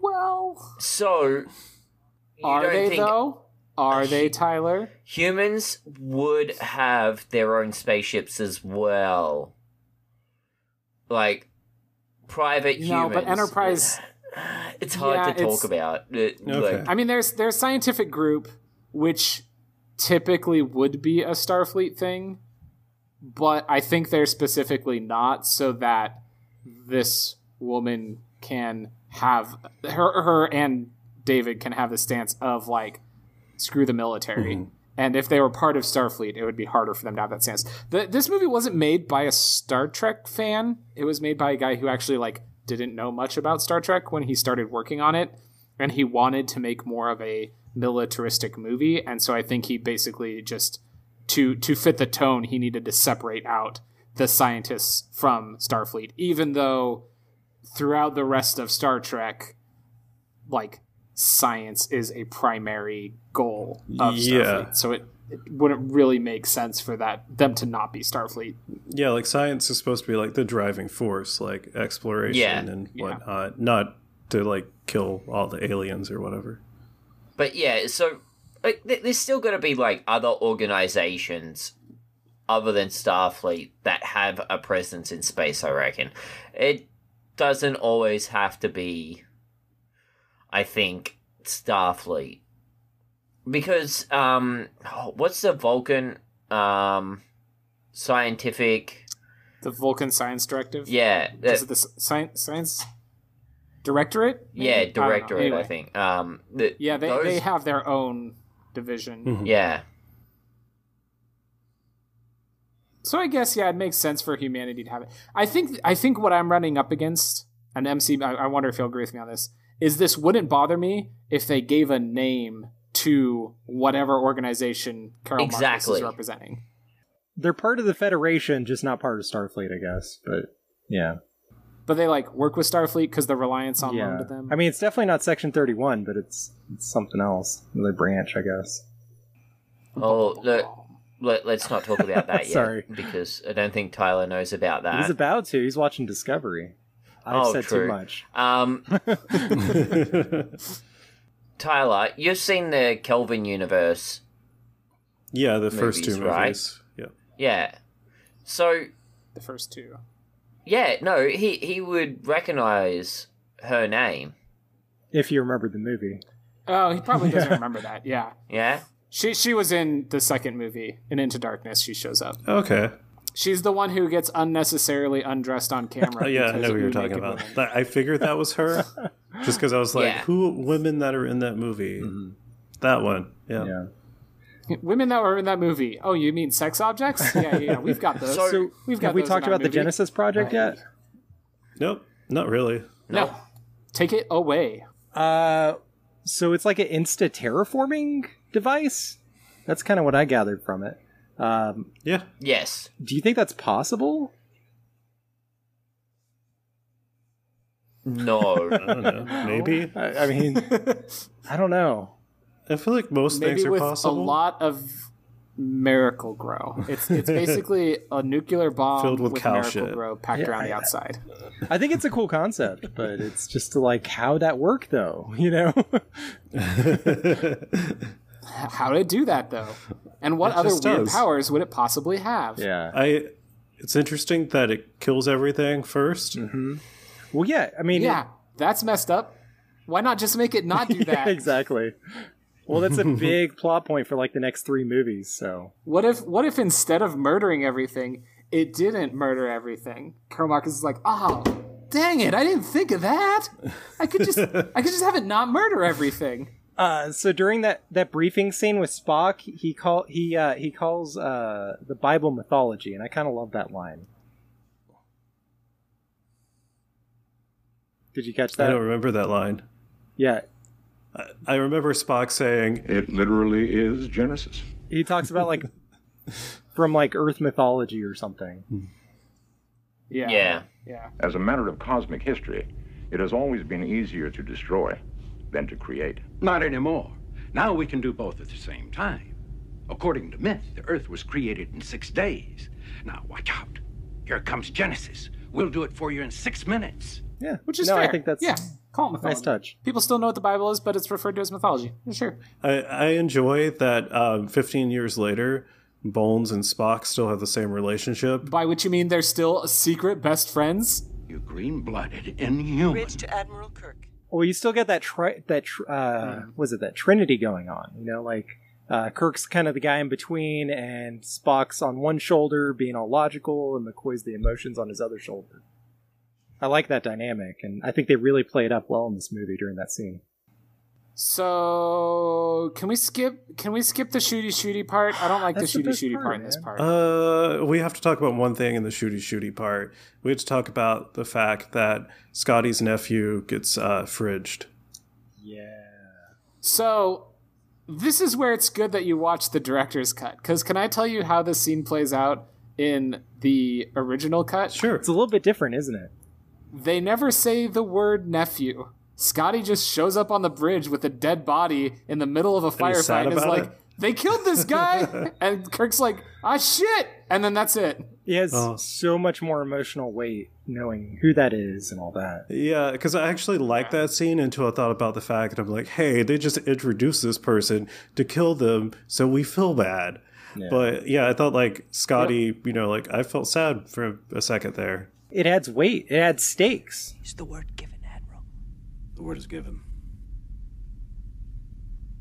Well, so you Are don't they think though? Are they Tyler? humans would have their own spaceships as well? Like private No, humans. but Enterprise. It's hard Yeah, to talk it's- about. It- like, I mean, there's there's scientific group, which typically would be a Starfleet thing, but I think they're specifically not, so that this woman can have her her and David can have the stance of like, screw the military. And if they were part of Starfleet, it would be harder for them to have that stance. The, this movie wasn't made by a Star Trek fan. It was made by a guy who actually like didn't know much about Star Trek when he started working on it, and he wanted to make more of a militaristic movie. And so I think he basically just to to fit the tone, he needed to separate out the scientists from Starfleet, even though throughout the rest of Star Trek, like science is a primary goal of Yeah. Starfleet. So it, it wouldn't really make sense for that them to not be Starfleet. Yeah, like science is supposed to be like the driving force, like exploration Yeah. and whatnot, not to like kill all the aliens or whatever. But yeah, so like, th- there's still going to be like other organizations other than Starfleet that have a presence in space. I reckon it doesn't always have to be. I think Starfleet because um, oh, what's the Vulcan um scientific? The Vulcan Science Directive. Yeah, Is uh, it the s- science science directorate? maybe? I yeah, don't know. directorate. I Anyway. think. Um, the, Yeah, they, those- they have their own division. Hmm. Yeah, So I guess yeah, it makes sense for humanity to have it. I think I think what I'm running up against, and MC, I, I wonder if he'll agree with me on this, is this wouldn't bother me if they gave a name to whatever organization Carol Marcus Exactly. is representing. They're part of the Federation, just not part of Starfleet, I guess. But yeah, But they like work with Starfleet because the reliance on loan yeah. to them. I mean, it's definitely not Section Thirty-One, but it's, it's something else, another branch, I guess. Oh, look, let, let's not talk about that yet. Sorry. Because I don't think Tyler knows about that. He's about to. He's watching Discovery. I've oh, said true. too much. Um, Tyler, you've seen the Kelvin universe. Yeah, the first two Movies, movies. right? Yeah. Yeah. So, the first two. yeah, no, he, he would recognize her name. If you remember the movie, Oh, he probably doesn't remember that. Yeah, Yeah? she she was in the second movie, in Into Darkness. She shows up. Okay. She's the one who gets unnecessarily undressed on camera. Oh, yeah, I because know what of you're naked talking about. women. That, I figured that was her, just because I was like, Yeah. who women that are in that movie? Mm-hmm. That one. Yeah. Women that were in that movie. Oh, you mean sex objects? Yeah, yeah, we've got those. So, we've got have we those talked in our about the movie. Genesis Project yet? Nope. Not really. No. Take it away. Uh, so it's like an insta terraforming device. That's kind of what I gathered from it. Um, yeah. Yes. Do you think that's possible? No. I don't know. Maybe. I, I mean, I don't know. I feel like most things Maybe are with possible. a lot of miracle grow. It's it's basically a nuclear bomb Filled with cow miracle shit. grow packed Yeah, around the I- outside. I think it's a cool concept, but it's just like how that work though, you know? How to do that though? And what It other weird just does. powers would it possibly have? I. It's interesting that it kills everything 1st Mm-hmm. Well, yeah. I mean, yeah, that's messed up. Why not just make it not do that? exactly. Well, that's a big plot point for like the next three movies. So What if what if instead of murdering everything, it didn't murder everything? Karl Marcus is like, oh, dang it, I didn't think of that. I could just I could just have it not murder everything. Uh, so during that, that briefing scene with Spock, he call he uh, he calls uh, the Bible mythology, and I kind of love that line. Did you catch I that? don't remember that line. Yeah, I, I remember Spock saying, "It literally is Genesis." he talks about like from like Earth mythology or Hmm. something. Yeah. Yeah. Yeah. As a matter of cosmic history, it has always been easier to destroy than to create. Not anymore. Now we can do both at the same time. According to myth, the Earth was created in six days. Now, watch out. Here comes Genesis. We'll do it for you in six minutes. Yeah, Which is no, I fair. think that's yeah, call it mythology. nice touch. People still know what the Bible is, but it's referred to as mythology. Sure. I, I enjoy that um, 15 years later, Bones and Spock still have the same relationship. By which you mean they're still secret best friends? You green blooded inhuman. Bridge to Admiral Kirk. Well, you still get that tri- that tr- uh, was it that Trinity going on? You know, like uh, Kirk's kind of the guy in between, and Spock's on one shoulder being all logical, and McCoy's the emotions on his other shoulder. I like that dynamic, and I think they really play it up well in this movie during that scene. So can we skip can we skip the shooty shooty part? I don't like the That's the shooty best shooty part, part, in this part. Uh, we have to talk about one thing in the shooty shooty part. We have to talk about the fact that Scotty's nephew gets uh, fridged. So this is where it's good that you watch the director's cut because can I tell you how this scene plays out in the original cut? Sure. It's a little bit different, isn't it? They never say the word nephew. Scotty just shows up on the bridge with a dead body in the middle of a And he's sad firefight and is about like, it? they killed this guy! and Kirk's like, ah, shit! And then that's it. He has Oh. so much more emotional weight knowing who that is and all that. Yeah, because I actually liked that scene until I thought about the fact that I'm like, hey, they just introduced this person to kill them, so we feel bad. But yeah, I thought like Scotty, you know, like I felt sad for a second there. It adds weight. It adds stakes. Is the word given, Admiral? The word is given.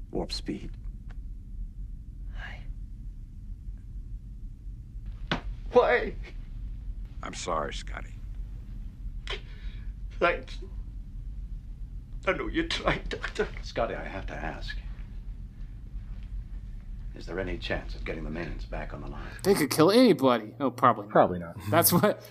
Warp speed. Why? I'm sorry, Scotty. Thanks. I know you tried, Doctor. Scotty, I have to ask. Is there any chance of getting the maintenance back on the line? They could kill anybody. Oh, probably not. Probably not. That's what.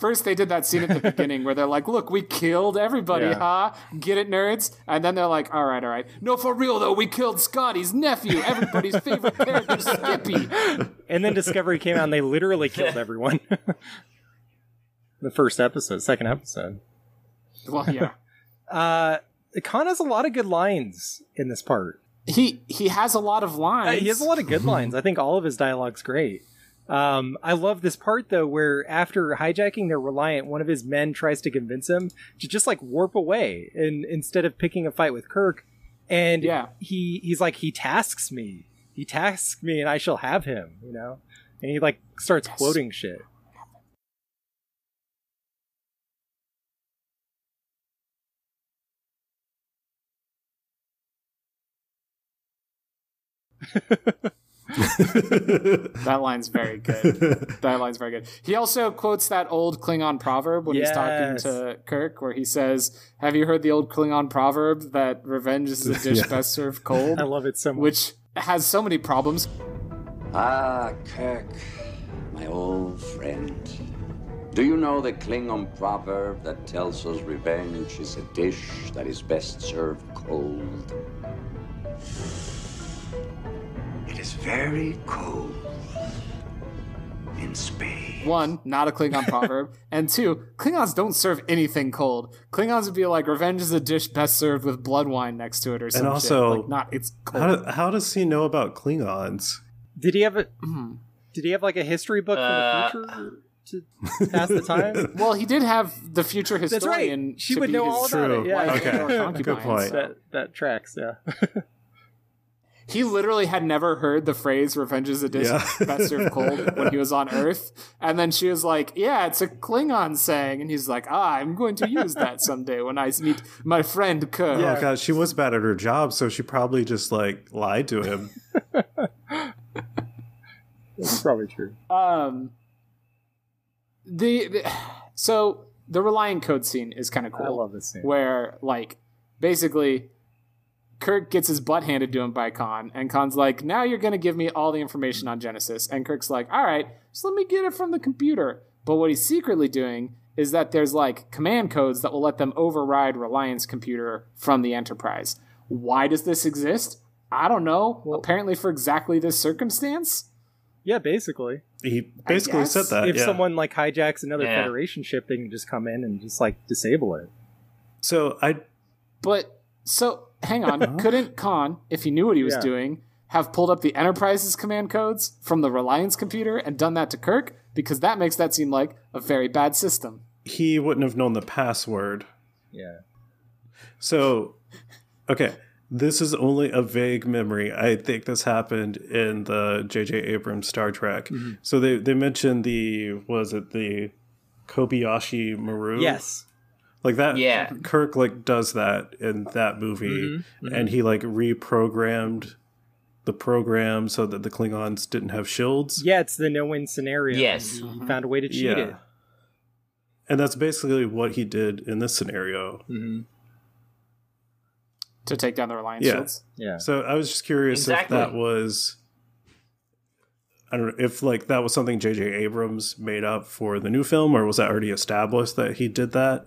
First, they did that scene at the beginning where they're like, "Look, we killed everybody, Yeah. huh? Get it, nerds?" And then they're like, "All right, all right. No, for real though, we killed Scotty's nephew, everybody's favorite character, Skippy." And then Discovery came out and they literally killed everyone. the first episode, second episode. Well, yeah. Uh, Khan has a lot of good lines in this part. Uh, He he has a lot of lines. he has a lot of good lines. I think all of his dialogue's great. Um, I love this part though, where after hijacking their Reliant, one of his men tries to convince him to just like warp away, and instead of picking a fight with Kirk, and Yeah. he he's like he tasks me, he tasks me, and I shall have him, you know, and he like starts quoting shit. That line's very good. That line's very good. He also quotes that old Klingon proverb when he's talking Yes. to Kirk, where he says, "Have you heard the old Klingon proverb that revenge is a dish Yeah. best served cold?" I love it so much. Which has so many problems. Ah, Kirk, my old friend. Do you know the Klingon proverb that tells us revenge is a dish that is best served cold? It is very cold in space. One, not a Klingon proverb. And two, Klingons don't serve anything cold. Klingons would be like, revenge is a dish best served with blood wine next to it or something. and also, like, not, it's cold. how, do, how does he know about Klingons? Did he have a Mm-hmm. did he have like a history book Uh, from the future to pass the time? well, he did have the future That's right. historian. She to would be know his all about it, yeah. wife Okay. and or Good concubine, point. so- That that tracks, yeah. He literally had never heard the phrase "revenge is a dish Yeah. best served cold" when he was on Earth, and then she was like, "Yeah, it's a Klingon saying," and he's like, "Ah, I'm going to use that someday when I meet my friend Kirk." Oh god, she was bad at her job, so she probably just like lied to him. That's probably true. Um, the, the so the Reliant code scene is kind of cool. I love this scene. Where like basically, Kirk gets his butt handed to him by Khan, and Khan's like, "Now you're gonna give me all the information on Genesis," and Kirk's like, "All right, so let me get it from the computer." But what he's secretly doing is that there's like command codes that will let them override Reliance computer from the Enterprise. Why does this exist? I don't know. Apparently, for exactly this circumstance. Yeah, basically. He basically said guess. that. if Uh, yeah. someone like hijacks another Yeah. Federation ship, they can just come in and just like disable it. so I But so hang on, couldn't Khan, if he knew what he was Yeah. doing, have pulled up the Enterprise's command codes from the Reliance computer and done that to Kirk? Because that makes that seem like a very bad system. he wouldn't have known the password. Yeah. So, okay, this is only a vague memory. I think this happened in the J.J. Abrams Star Trek. Mm-hmm. So they they mentioned the was it the Kobayashi Maru? Yes. like that. Yeah. Kirk like does that in that movie, Mm-hmm. and he like reprogrammed the program so that the Klingons didn't have shields. Yeah, it's the no win scenario. Yes. Mm-hmm. He found a way to cheat Yeah. it. And that's basically what he did in this scenario. To take down the Reliance Yeah. shields. Yeah. So I was just curious Exactly. if that was I don't know if like that was something JJ Abrams made up for the new film or was that already established that he did that?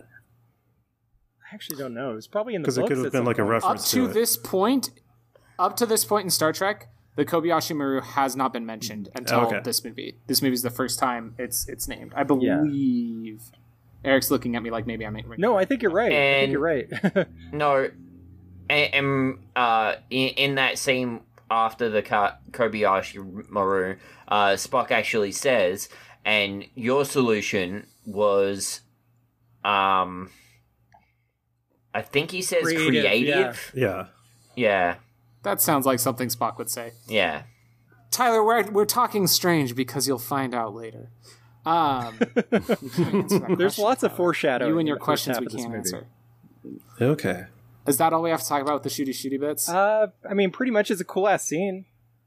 I actually don't know. It's probably in the Cuz books. it could have at been some like a point. Up reference to to, it. this point, up to this point in Star Trek, the Kobayashi Maru has not been mentioned until Okay. this movie. This movie's the first time it's it's named. I believe Eric's looking at me like maybe I'm. No, I think you're right. I think And- you're right. No, and, and uh, in, in that scene after the Ka- Kobayashi Maru, uh, Spock actually says, "And your solution was, um, I think he says creative." Yeah. yeah. That sounds like something Spock would say. yeah. Tyler, we're, we're talking strange because you'll find out later. Um, There's lots of foreshadowing. you in and the your first questions half we of this can't movie. answer. Okay. Is that all we have to talk about with the shooty shooty bits? Uh, I mean, pretty much it's a cool ass scene.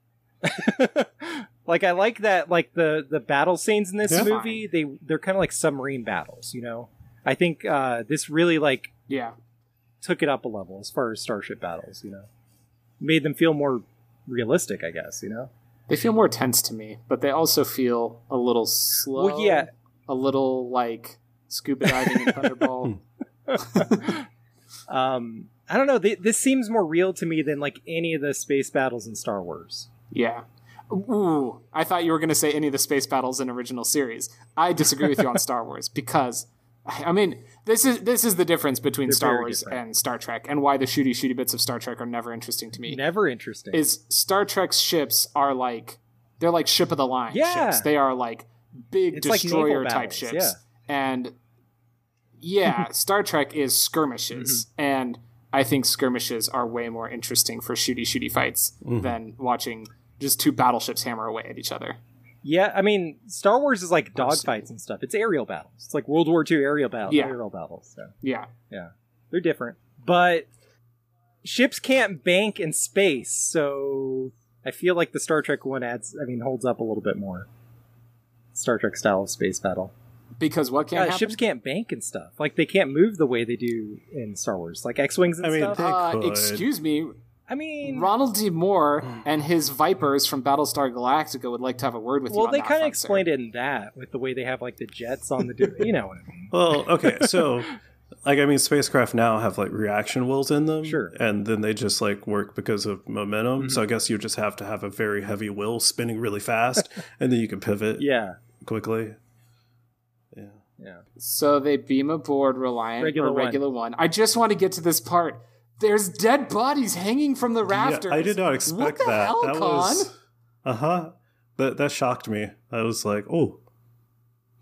like I like that, like the the battle scenes in this Yeah. movie. They they're kind of like submarine battles, you know. I think uh, this really like yeah took it up a level as far as starship battles, you know. Made them feel more realistic, I guess, you know. They feel more tense to me, but they also feel a little slow. Well, yeah. A little like scuba diving and Thunderball. Um, I don't know. Th- this seems more real to me than like any of the space battles in Star Wars. Yeah. Ooh, I thought you were going to say any of the space battles in original series. I disagree with you on Star Wars because I mean, this is this is the difference between They're Star very Wars different. and Star Trek and why the shooty shooty bits of Star Trek are never interesting to me. Never interesting. Is Star Trek's ships are like they're like ship of the line Yeah. ships. They are like big It's like naval destroyer type battles, ships. And yeah, Star Trek is skirmishes, Mm-hmm. and I think skirmishes are way more interesting for shooty shooty fights Mhm. than watching just two battleships hammer away at each other. Yeah, I mean, Star Wars is like dogfights and stuff. It's aerial battles. It's like World War II aerial battles. Yeah. Aerial battles. So Yeah, yeah, they're different. But ships can't bank in space, so I feel like the Star Trek one adds. I mean, holds up a little bit more. Star Trek style of space battle. because what Uh, can't happen? ships can't bank and stuff. Like they can't move the way they do in Star Wars, like X wings and I mean, stuff. they Uh, could. excuse me. I mean, Ronald D. Moore and his Vipers from Battlestar Galactica would like to have a word with you. Well, on they that kind of front, sir. explained it in that with the way they have like the jets on the. Do- you know what I mean? Well, okay, so like I mean spacecraft now have like reaction wheels in them. Sure. And then they just like work because of momentum. So I guess you just have to have a very heavy wheel spinning really fast and then you can pivot Yeah. quickly. Yeah. So they beam aboard Reliant Regular or One. Regular One. I just want to get to this part. There's dead bodies hanging from the rafters. Yeah, I did not expect what the that. Hell, that Con? was uh huh. That that shocked me. I was like, oh,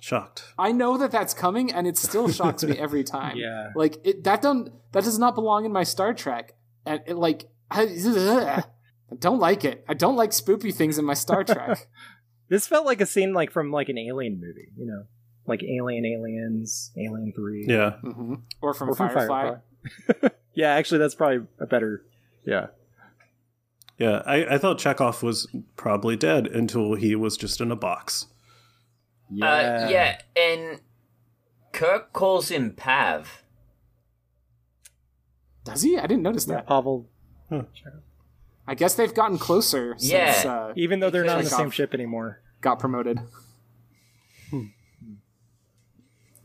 shocked. I know that that's coming, and it still shocks me every time. Yeah. like it, that don't that does not belong in my Star Trek, and it, like I, ugh. I don't like it. I don't like spoopy things in my Star Trek. This felt like a scene like from like an Alien movie, you know, like Alien, Aliens, Alien Three. Yeah. mm-hmm. Or from Or from Firefly. Firefly. Yeah, actually, that's probably a better. Yeah. Yeah, I, I thought Chekhov was probably dead until he was just in a box. Yeah. Uh, yeah, and Kirk calls him Pav. Does he? I didn't notice that. Pavel. I guess they've gotten closer. Since, Yeah. uh, Even though they're not on the Chekhov same ship anymore. Got promoted.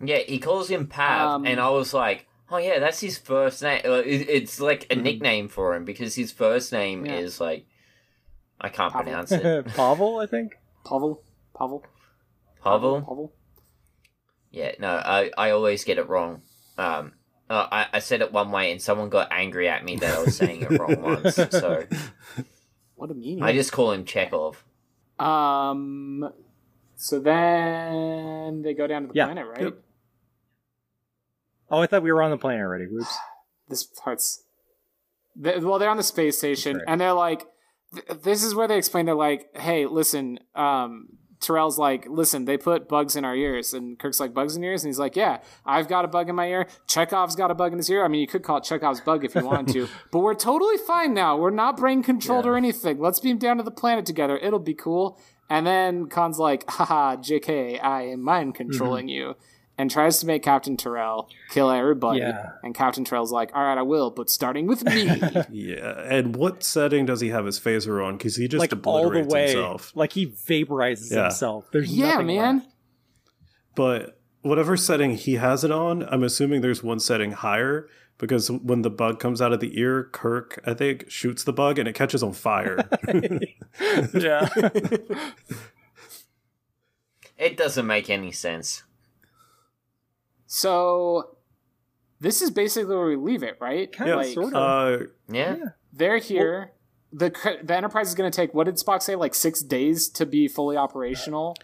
Yeah, he calls him Pav, Um, and I was like, oh yeah, that's his first name. Uh, it- It's like a nickname for him because his first name Yeah. is like, I can't Pavel. pronounce it. Pavel, I think. Pavel. Pavel. Pavel? Pavel. Yeah, no, I, I always get it wrong. Um, uh, I, I said it one way, and someone got angry at me that I was saying it wrong once. So What a meaning. I just call him Chekhov. Um. So then they go down to the Yeah. planet, right? Yep. Oh, I thought we were on the plane already. Whoops. This part's. They, well, they're on the space station, and they're like, th- this is where they explain. They're like, hey, listen. Um, Terrell's like, listen, they put bugs in our ears, and Kirk's like, bugs in ears, and he's like, yeah, I've got a bug in my ear. Chekhov's got a bug in his ear. I mean, you could call it Chekhov's bug if you wanted to, but we're totally fine now. We're not brain controlled or anything. Let's beam down to the planet together. It'll be cool. And then Khan's like, haha, JK, I am mind controlling you. And tries to make Captain Terrell kill everybody. Yeah. And Captain Terrell's like, all right, I will, but starting with me. Yeah, and what setting does he have his phaser on? Because he just like all the obliterates way. himself. Like he vaporizes Yeah. himself. There's yeah, nothing man. left. But whatever setting he has it on, I'm assuming there's one setting higher because when the bug comes out of the ear, Kirk, I think, shoots the bug and it catches on fire. yeah. It doesn't make any sense. So this is basically where we leave it, right? Kinda, sorta. Uh, yeah. They're here. the cr- the Enterprise is going to take what did Spock say? Like six days to be fully operational.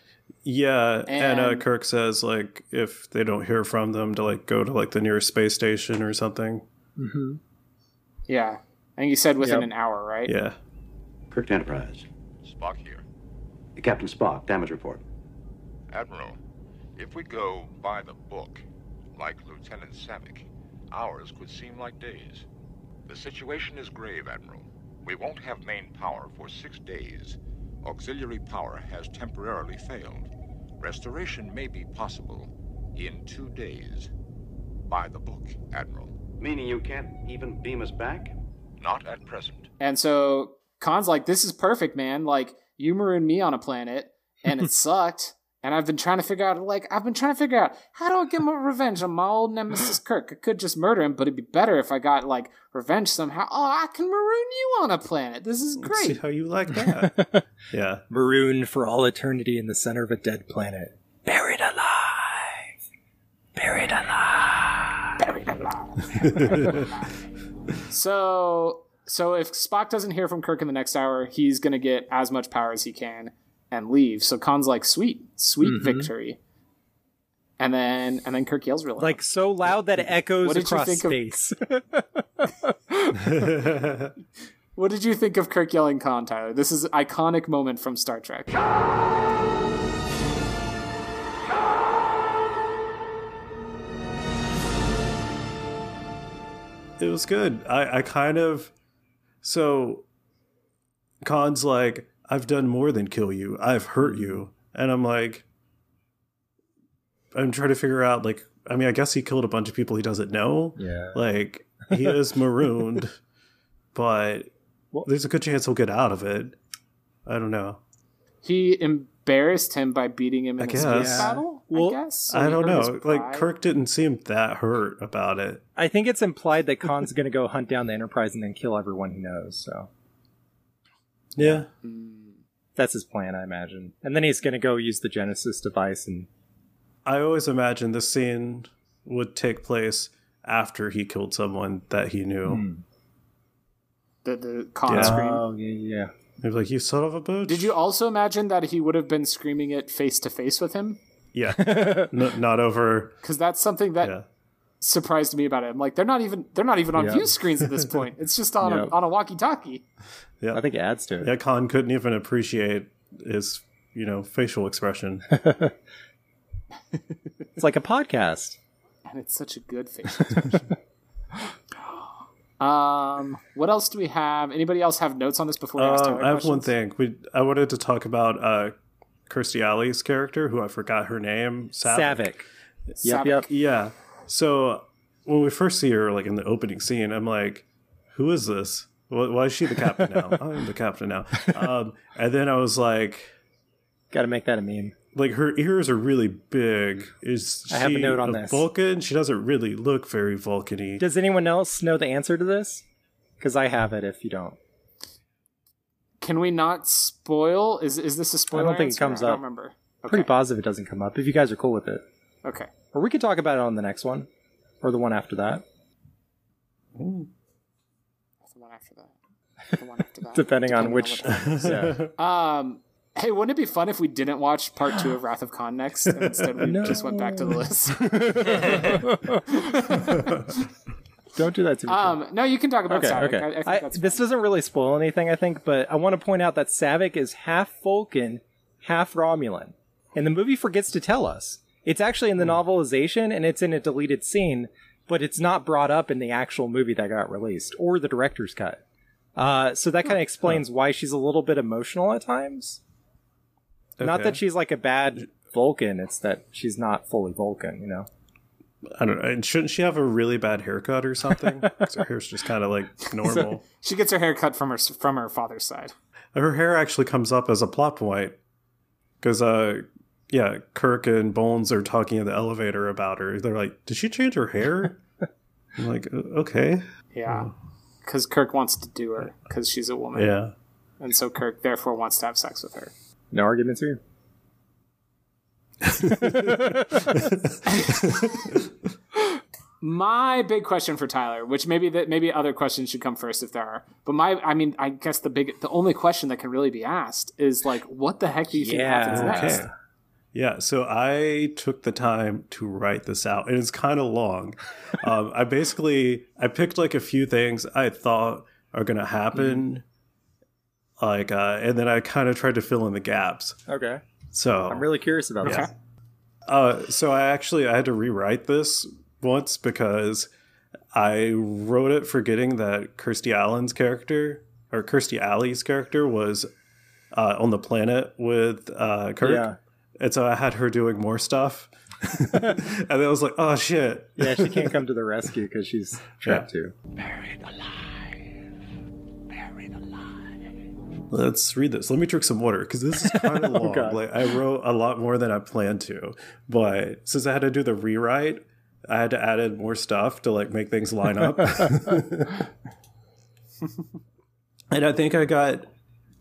Yeah, and, uh, And- Kirk says like if they don't hear from them to like go to like the nearest space station or something. Mm-hmm. Yeah, I think you said within Yep. an hour, right? Yeah. Kirk to Enterprise. Spock here. Captain Spock, damage report. Admiral, if we go by the book, like Lieutenant Savick, hours could seem like days. The situation is grave, Admiral. We won't have main power for six days. Auxiliary power has temporarily failed. Restoration may be possible in two days. By the book, Admiral. Meaning you can't even beam us back? Not at present. And so Khan's like, "This is perfect, man. Like you marooned me on a planet, and it sucked." And I've been trying to figure out, like, I've been trying to figure out how do I get more revenge on my old nemesis Kirk? I could just murder him, but it'd be better if I got like revenge somehow. Oh, I can maroon you on a planet. This is See great. how you like that. yeah. Marooned for all eternity in the center of a dead planet. Buried alive. Buried alive. Buried alive. so, so if Spock doesn't hear from Kirk in the next hour, he's gonna get as much power as he can and leave. So Khan's like, sweet, sweet Mm-hmm. Mhm. victory. And then, and then Kirk yells really Like so loud that it echoes What did you across think of- space. loud. what did you think of Kirk yelling Khan, Tyler? This is iconic moment from Star Trek. it was good. I, I kind of so Khan's like, I've done more than kill you. I've hurt you. And I'm like I'm trying to figure out like I mean, I guess he killed a bunch of people he doesn't know. Yeah. Like he is marooned, but there's a good chance he'll get out of it. I don't know. He embarrassed him by beating him I in a guess. space Yeah. battle. I guess. So I he don't hurt his know. Like pride? Kirk didn't seem that hurt about it. I think it's implied that Khan's going to go hunt down the Enterprise and then kill everyone he knows. So Yeah. that's his plan, I imagine. And then he's going to go use the Genesis device and I always imagined this scene would take place after he killed someone that he knew. Hmm. the, the con Yeah. scream. Oh, yeah, yeah. They'd be like, "You son of a bitch!" Did you also imagine that he would have been screaming it face to face with him? Yeah, N- not over. Because that's something that surprised me about it. I'm like, they're not even they're not even on Yeah. view screens at this point. It's just on Yeah. a on a walkie talkie. Yeah, I think it adds to it. Yeah, Khan couldn't even appreciate his, you know, facial expression. it's like a podcast. And it's such a good facial expression. um what else do we have? Anybody else have notes on this before we ask Um, Tyler I have one questions? thing. We I wanted to talk about uh, Kirstie Alley's character, who I forgot her name. Savick. Savick. Yep, yep. Yeah. So when we first see her, like in the opening scene, I'm like, "Who is this? Wh- Why is she the captain now? I'm the captain now." Um, and then I was like, "Got to make that a meme." Like her ears are really big. Is I have a she note on this. Vulcan? She doesn't really look very Vulcan-y. Does anyone else know the answer to this? Because I have it. If you don't, Can we not spoil? Is is this a I spoiler? don't think it answer? comes I up. don't remember. Pretty positive it doesn't come up. If you guys are cool with it, Okay. or we could talk about it on the next one, or the one after that, The one after that. The one after that. depending on which. yeah. Um, hey, wouldn't it be fun if we didn't watch part two of Wrath of Khan next? And instead, we No. just went back to the list. Don't do that to me. um, no, you can talk about okay, Savick. okay. I, I think I- that's this doesn't really spoil anything, I think, but I want to point out that Savick is half Vulcan, half Romulan, and the movie forgets to tell us. It's actually Hmm. in the novelization, and it's in a deleted scene, but it's not brought up in the actual movie that got released or the director's cut. Uh, so that kind of explains why she's a little bit emotional at times. Not Okay. that she's like a bad Vulcan; it's that she's not fully Vulcan. You know. I don't know. And shouldn't she have a really bad haircut or something? 'Cause her hair's just kind of like normal. she gets her hair cut from her from her father's side. her hair actually comes up as a plot point because uh yeah kirk and bones are talking in the elevator about her they're like did she change her hair i'm like "Uh, okay Yeah, Hmm. because Kirk wants to do her because she's a woman. yeah and so Kirk therefore wants to have sex with her. No arguments here. my big question for Tyler, which maybe that maybe other questions should come first if there are. But my, I mean, I guess the big, the only question that can really be asked is like, what the heck do you think happens next? Yeah, so I took the time to write this out, and it's kind of long. um, I basically I picked like a few things I thought are going to happen, like, uh, and then I kind of tried to fill in the gaps. Okay. So I'm really curious about Yeah. that. Uh, so I actually I had to rewrite this once because I wrote it forgetting that Kirstie Allen's character or Kirstie Alley's character was uh, on the planet with uh, Kirk, Yeah. and so I had her doing more stuff, and then I was like, oh shit, Yeah, she can't come to the rescue because she's trapped too. Let's read this. Let me drink some water because this is kind of long. God. Like I wrote a lot more than I planned to, but since I had to do the rewrite, I had to add in more stuff to like make things line up. and I think I got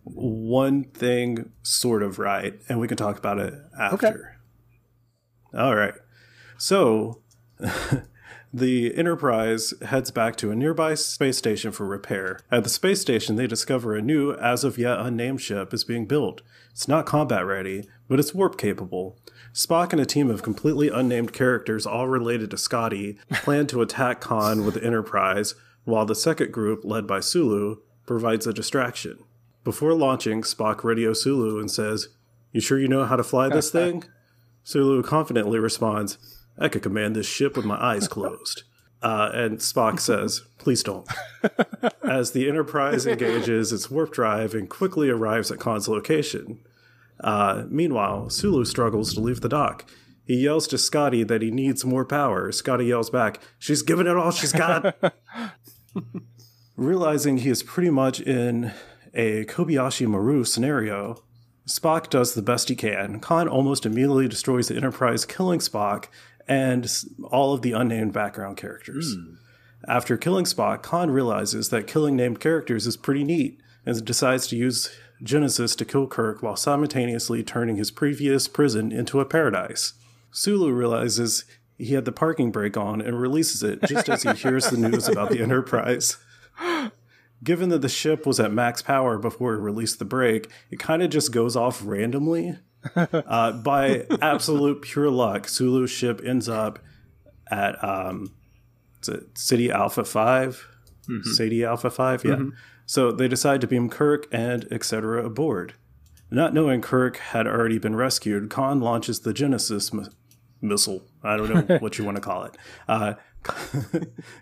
one thing sort of right, and we can talk about it after. All right. So the Enterprise heads back to a nearby space station for repair. At the space station, they discover a new, as of yet unnamed ship is being built. It's not combat ready, but it's warp capable. Spock and a team of completely unnamed characters, all related to Scotty, plan to attack Khan with the Enterprise, while the second group, led by Sulu, provides a distraction. Before launching, Spock radios Sulu and says, You sure you know how to fly this thing? Sulu confidently responds, I could command this ship with my eyes closed. Uh, and Spock says, Please don't. As the Enterprise engages its warp drive and quickly arrives at Khan's location. Uh, meanwhile, Sulu struggles to leave the dock. He yells to Scotty that he needs more power. Scotty yells back, She's giving it all she's got. Realizing he is pretty much in a Kobayashi Maru scenario, Spock does the best he can. Khan almost immediately destroys the Enterprise, killing Spock and s- all of the unnamed background characters. After killing Spock, Khan realizes that killing named characters is pretty neat and decides to use Genesis to kill Kirk while simultaneously turning his previous prison into a paradise. Sulu realizes he had the parking brake on and releases it just as he hears the news about the Enterprise. Given that the ship was at max power before it released the brake, it kind of just goes off randomly. Uh, by absolute pure luck, Sulu's ship ends up at um, is it City Alpha 5? Mhm. Sadie Alpha 5, yeah. Mhm. So they decide to beam Kirk and etc. aboard. Not knowing Kirk had already been rescued, Khan launches the Genesis mi- missile. I don't know what you want to call it. Uh,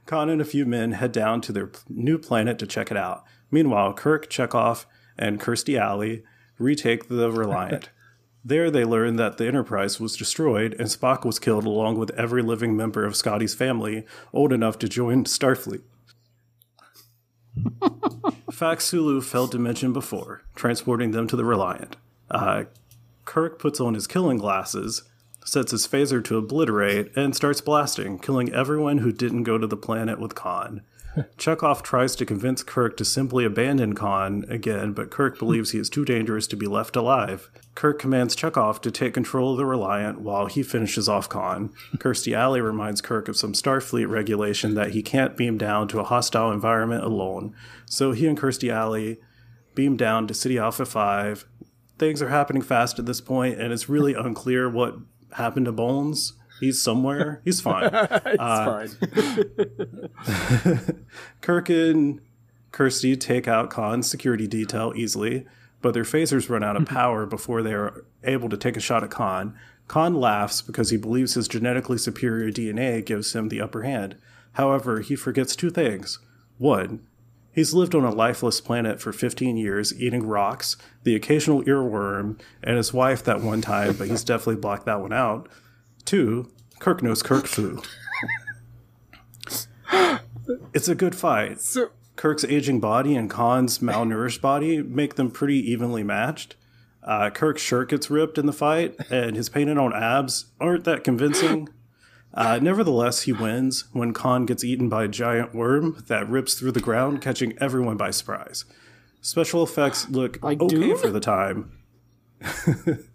Khan and a few men head down to their p- new planet to check it out. Meanwhile, Kirk, Chekhov, and Kirstie Alley retake the Reliant. There, they learn that the Enterprise was destroyed and Spock was killed along with every living member of Scotty's family old enough to join Starfleet. Fax Sulu failed to mention before, transporting them to the Reliant. Uh, Kirk puts on his killing glasses, sets his phaser to obliterate, and starts blasting, killing everyone who didn't go to the planet with Khan. Chekhov tries to convince Kirk to simply abandon Khan again, but Kirk believes he is too dangerous to be left alive. Kirk commands Chekhov to take control of the Reliant while he finishes off Khan. Kirstie Alley reminds Kirk of some Starfleet regulation that he can't beam down to a hostile environment alone, so he and Kirstie Alley beam down to City Alpha 5. Things are happening fast at this point, and it's really unclear what happened to Bones. He's somewhere. He's fine. It's Uh, fine. Kirk and Kirsty take out Khan's security detail easily, but their phasers run out of power before they are able to take a shot at Khan. Khan laughs because he believes his genetically superior DNA gives him the upper hand. However, he forgets two things. One, he's lived on a lifeless planet for 15 years, eating rocks, the occasional earworm, and his wife that one time, but he's definitely blocked that one out. Two, Kirk knows Kirk foo. It's a good fight. Kirk's aging body and Khan's malnourished body make them pretty evenly matched. Uh, Kirk's shirt gets ripped in the fight, and his painted on abs aren't that convincing. Uh, nevertheless, he wins when Khan gets eaten by a giant worm that rips through the ground, catching everyone by surprise. Special effects look okay for the time.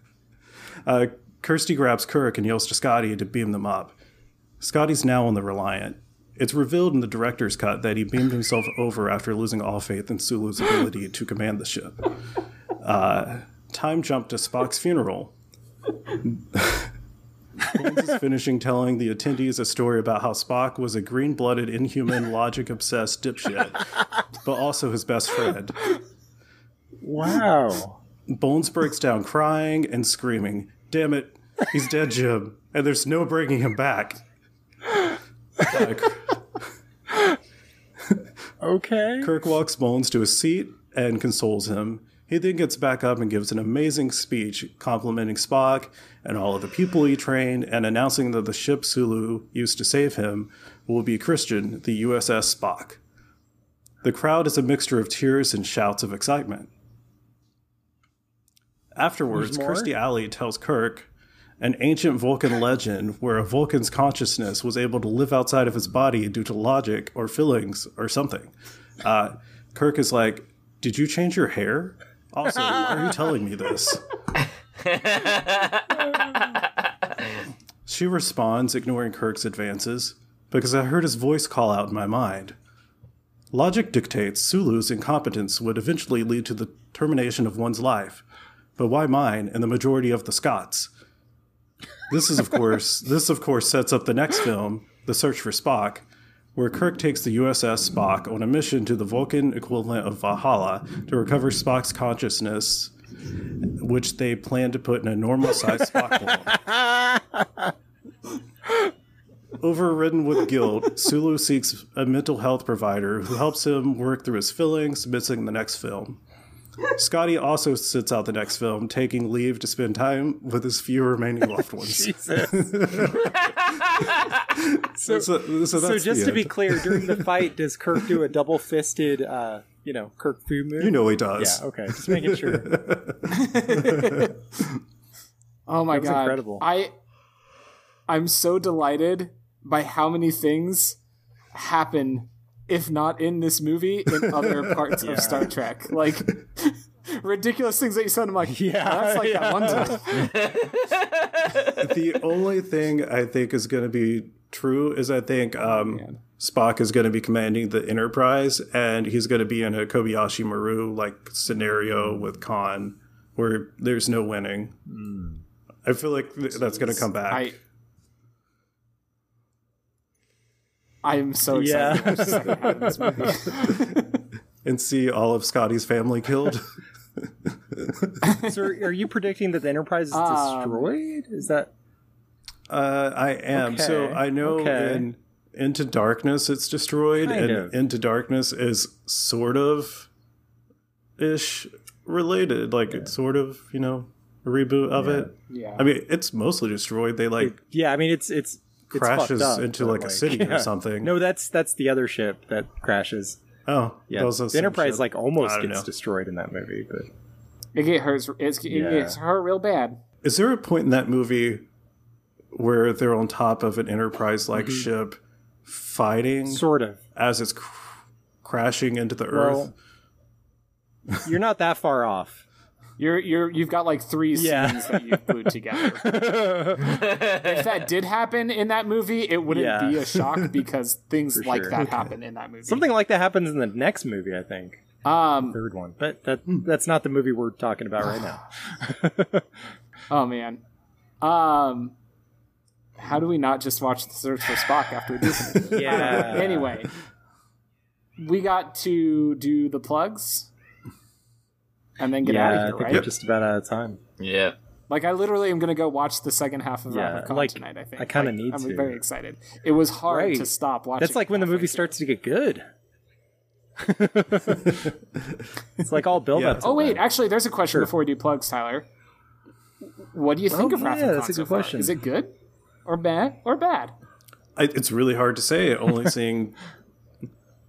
uh, Kirsty grabs Kirk and yells to Scotty to beam them up. Scotty's now on the Reliant. It's revealed in the director's cut that he beamed himself over after losing all faith in Sulu's ability to command the ship. Uh, time jump to Spock's funeral. Bones is finishing telling the attendees a story about how Spock was a green blooded, inhuman, logic obsessed dipshit, but also his best friend. Wow. Bones breaks down crying and screaming, Damn it, he's dead, Jim, and there's no bringing him back. Uh, okay. Kirk walks Bones to a seat and consoles him. He then gets back up and gives an amazing speech complimenting Spock and all of the people he trained and announcing that the ship Sulu used to save him will be Christian, the USS Spock. The crowd is a mixture of tears and shouts of excitement. Afterwards, There's more? Kirstie Alley tells Kirk an ancient Vulcan legend where a Vulcan's consciousness was able to live outside of his body due to logic or feelings or something. Uh, Kirk is like, Did you change your hair? Also, why are you telling me this? she responds, ignoring Kirk's advances, because I heard his voice call out in my mind. Logic dictates Sulu's incompetence would eventually lead to the termination of one's life, but why mine and the majority of the Scots? This is of course this of course sets up the next film, The Search for Spock, where Kirk takes the USS Spock on a mission to the Vulcan equivalent of Valhalla to recover Spock's consciousness, which they plan to put in a normal sized Spock ball. Overridden with guilt, Sulu seeks a mental health provider who helps him work through his feelings, missing the next film. Scotty also sits out the next film, taking leave to spend time with his few remaining loved ones. So, So- so that's just the to be end. clear, during the fight, does Kirk do a double fisted, uh, you know, Kirk Fu move? You know he does. Yeah, okay. Just making sure. Oh my That's god! incredible. I I'm so delighted by how many things happen, if not in this movie, in other parts Yeah. of Star Trek. Like ridiculous things that you said. I'm like, yeah, Yeah, that's like that one yeah. time. the only thing I think is going to be true is I think um, Spock is going to be commanding the Enterprise, and he's going to be in a Kobayashi Maru like scenario with Khan, where there's no winning. I feel like th- that's going to come back. I I'm so Yeah. excited. for the second half of this movie. and see all of Scotty's family killed. so, are are you predicting that the Enterprise is Um, destroyed? Is that Uh, I am. So Okay, I know okay. in Into Darkness it's destroyed, Kind and of. Into Darkness is sort of ish related. Like it's sort of, you know, a reboot of it. Yeah. I mean, it's mostly destroyed. They like yeah? I mean, it's it's, it's fucked Crashes up, into, but, like, a city or yeah. something. No, that's that's the other ship that crashes. Oh, yeah. that was the The same Enterprise ship. like almost I don't gets know. destroyed in that movie, but it get hurts. It's, it Yeah. gets hurt real bad. Is there a point in that movie where they're on top of an Enterprise like Mm-hmm. ship fighting? Sort of. As it's cr- crashing into the Well, earth? you're not that far off. You're you're you've got like three Yeah. scenes that you've glued together. if that did happen in that movie, it wouldn't Yeah. be a shock because things For like sure. that Okay. happen in that movie. Something like that happens in the next movie, I think. Um, third one, but that Hmm. that's not the movie we're talking about right now. Oh man. Um how do we not just watch the search for Spock after we do this? Yeah. anyway. We got to do the plugs and then get yeah, out I of here, think right? we're just about out of time. Yeah. Like I literally am gonna go watch the second half of Yeah, Wrath of Khan like, tonight, I think. I kinda Like, need I'm to. very excited. It was hard Right. to stop watching. That's like when the movie starts to get good. it's like all build up. Oh wait, actually, there's a question before we do plugs, Tyler. What do you think Oh, of Wrath yeah, of Khan that's a so good far? question. Is it good or bad or bad? I, it's really hard to say. Only seeing,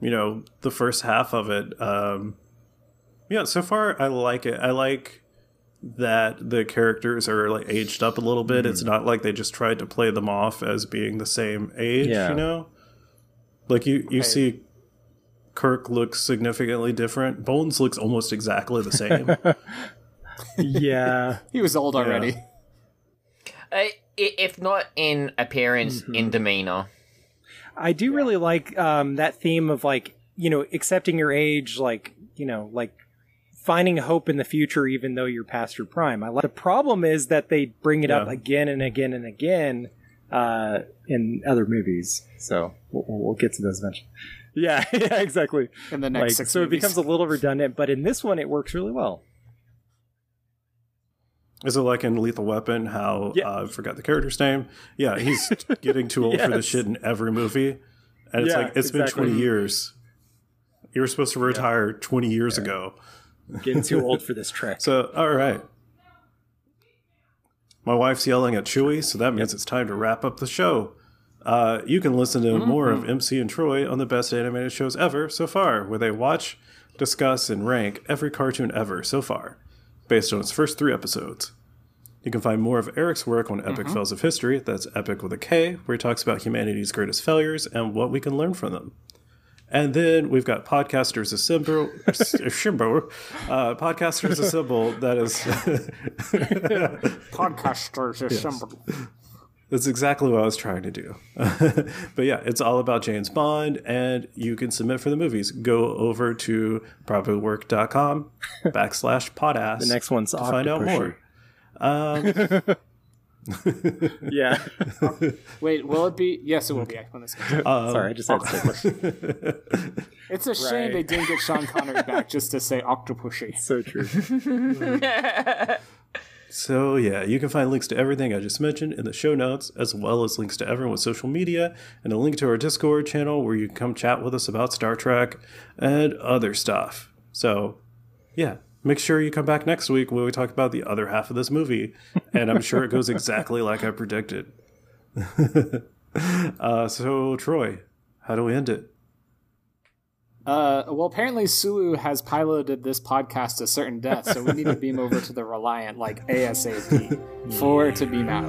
you know, the first half of it. Um, yeah, so far I like it. I like that the characters are like aged up a little bit. It's not like they just tried to play them off as being the same age. Yeah. You know, like you you see, Kirk looks significantly different. Bones looks almost exactly the same. Oh. yeah, he was old already. Uh, I- i- if not in appearance, in demeanor. I do really like um, that theme of like you know accepting your age, like you know like finding hope in the future even though you're past your prime. I like the problem is that they bring it up Yeah. again and again and again uh, in other movies. So we'll, we'll we'll get to those eventually. Yeah, yeah, exactly. In the next Like, six so it movies. becomes a little redundant, but in this one it works really well. Is it like in Lethal Weapon? How uh, I forgot the character's name. Yeah, he's getting too old for Yes. this shit in every movie, and it's Yeah, like it's been exactly. twenty years. You were supposed to retire twenty years ago. Getting too old for this trek. So all right, my wife's yelling at Chewy, so that means it's time to wrap up the show. Uh, you can listen to more of MC and Troy on the best animated shows ever so far, where they watch, discuss, and rank every cartoon ever so far, based on its first three episodes. You can find more of Eric's work on Epic Mhm. Fails of History, that's Epic with a K, where he talks about humanity's greatest failures and what we can learn from them. And then we've got Podcasters Assemble, Assemble, uh, Podcasters Assemble, that is Podcasters Yes. assembled. That's exactly what I was trying to do. but yeah, it's all about James Bond, and you can submit for the movies. Go over to probablywork.com backslash podass. The next one's to find out more. Um, yeah. Wait, will it be? Yes, it will be. When this comes out. Uh, Um, Sorry, I just had to It's a shame Right. they didn't get Sean Connery back just to say octopushy. So true. So, yeah, you can find links to everything I just mentioned in the show notes, as well as links to everyone's social media and a link to our Discord channel where you can come chat with us about Star Trek and other stuff. So, yeah, make sure you come back next week when we talk about the other half of this movie, and I'm sure it goes exactly like I predicted. uh, so, Troy, how do we end it? Uh, well, apparently Sulu has piloted this podcast to certain death, so we need to beam over to the Reliant like ASAP for it to beam out.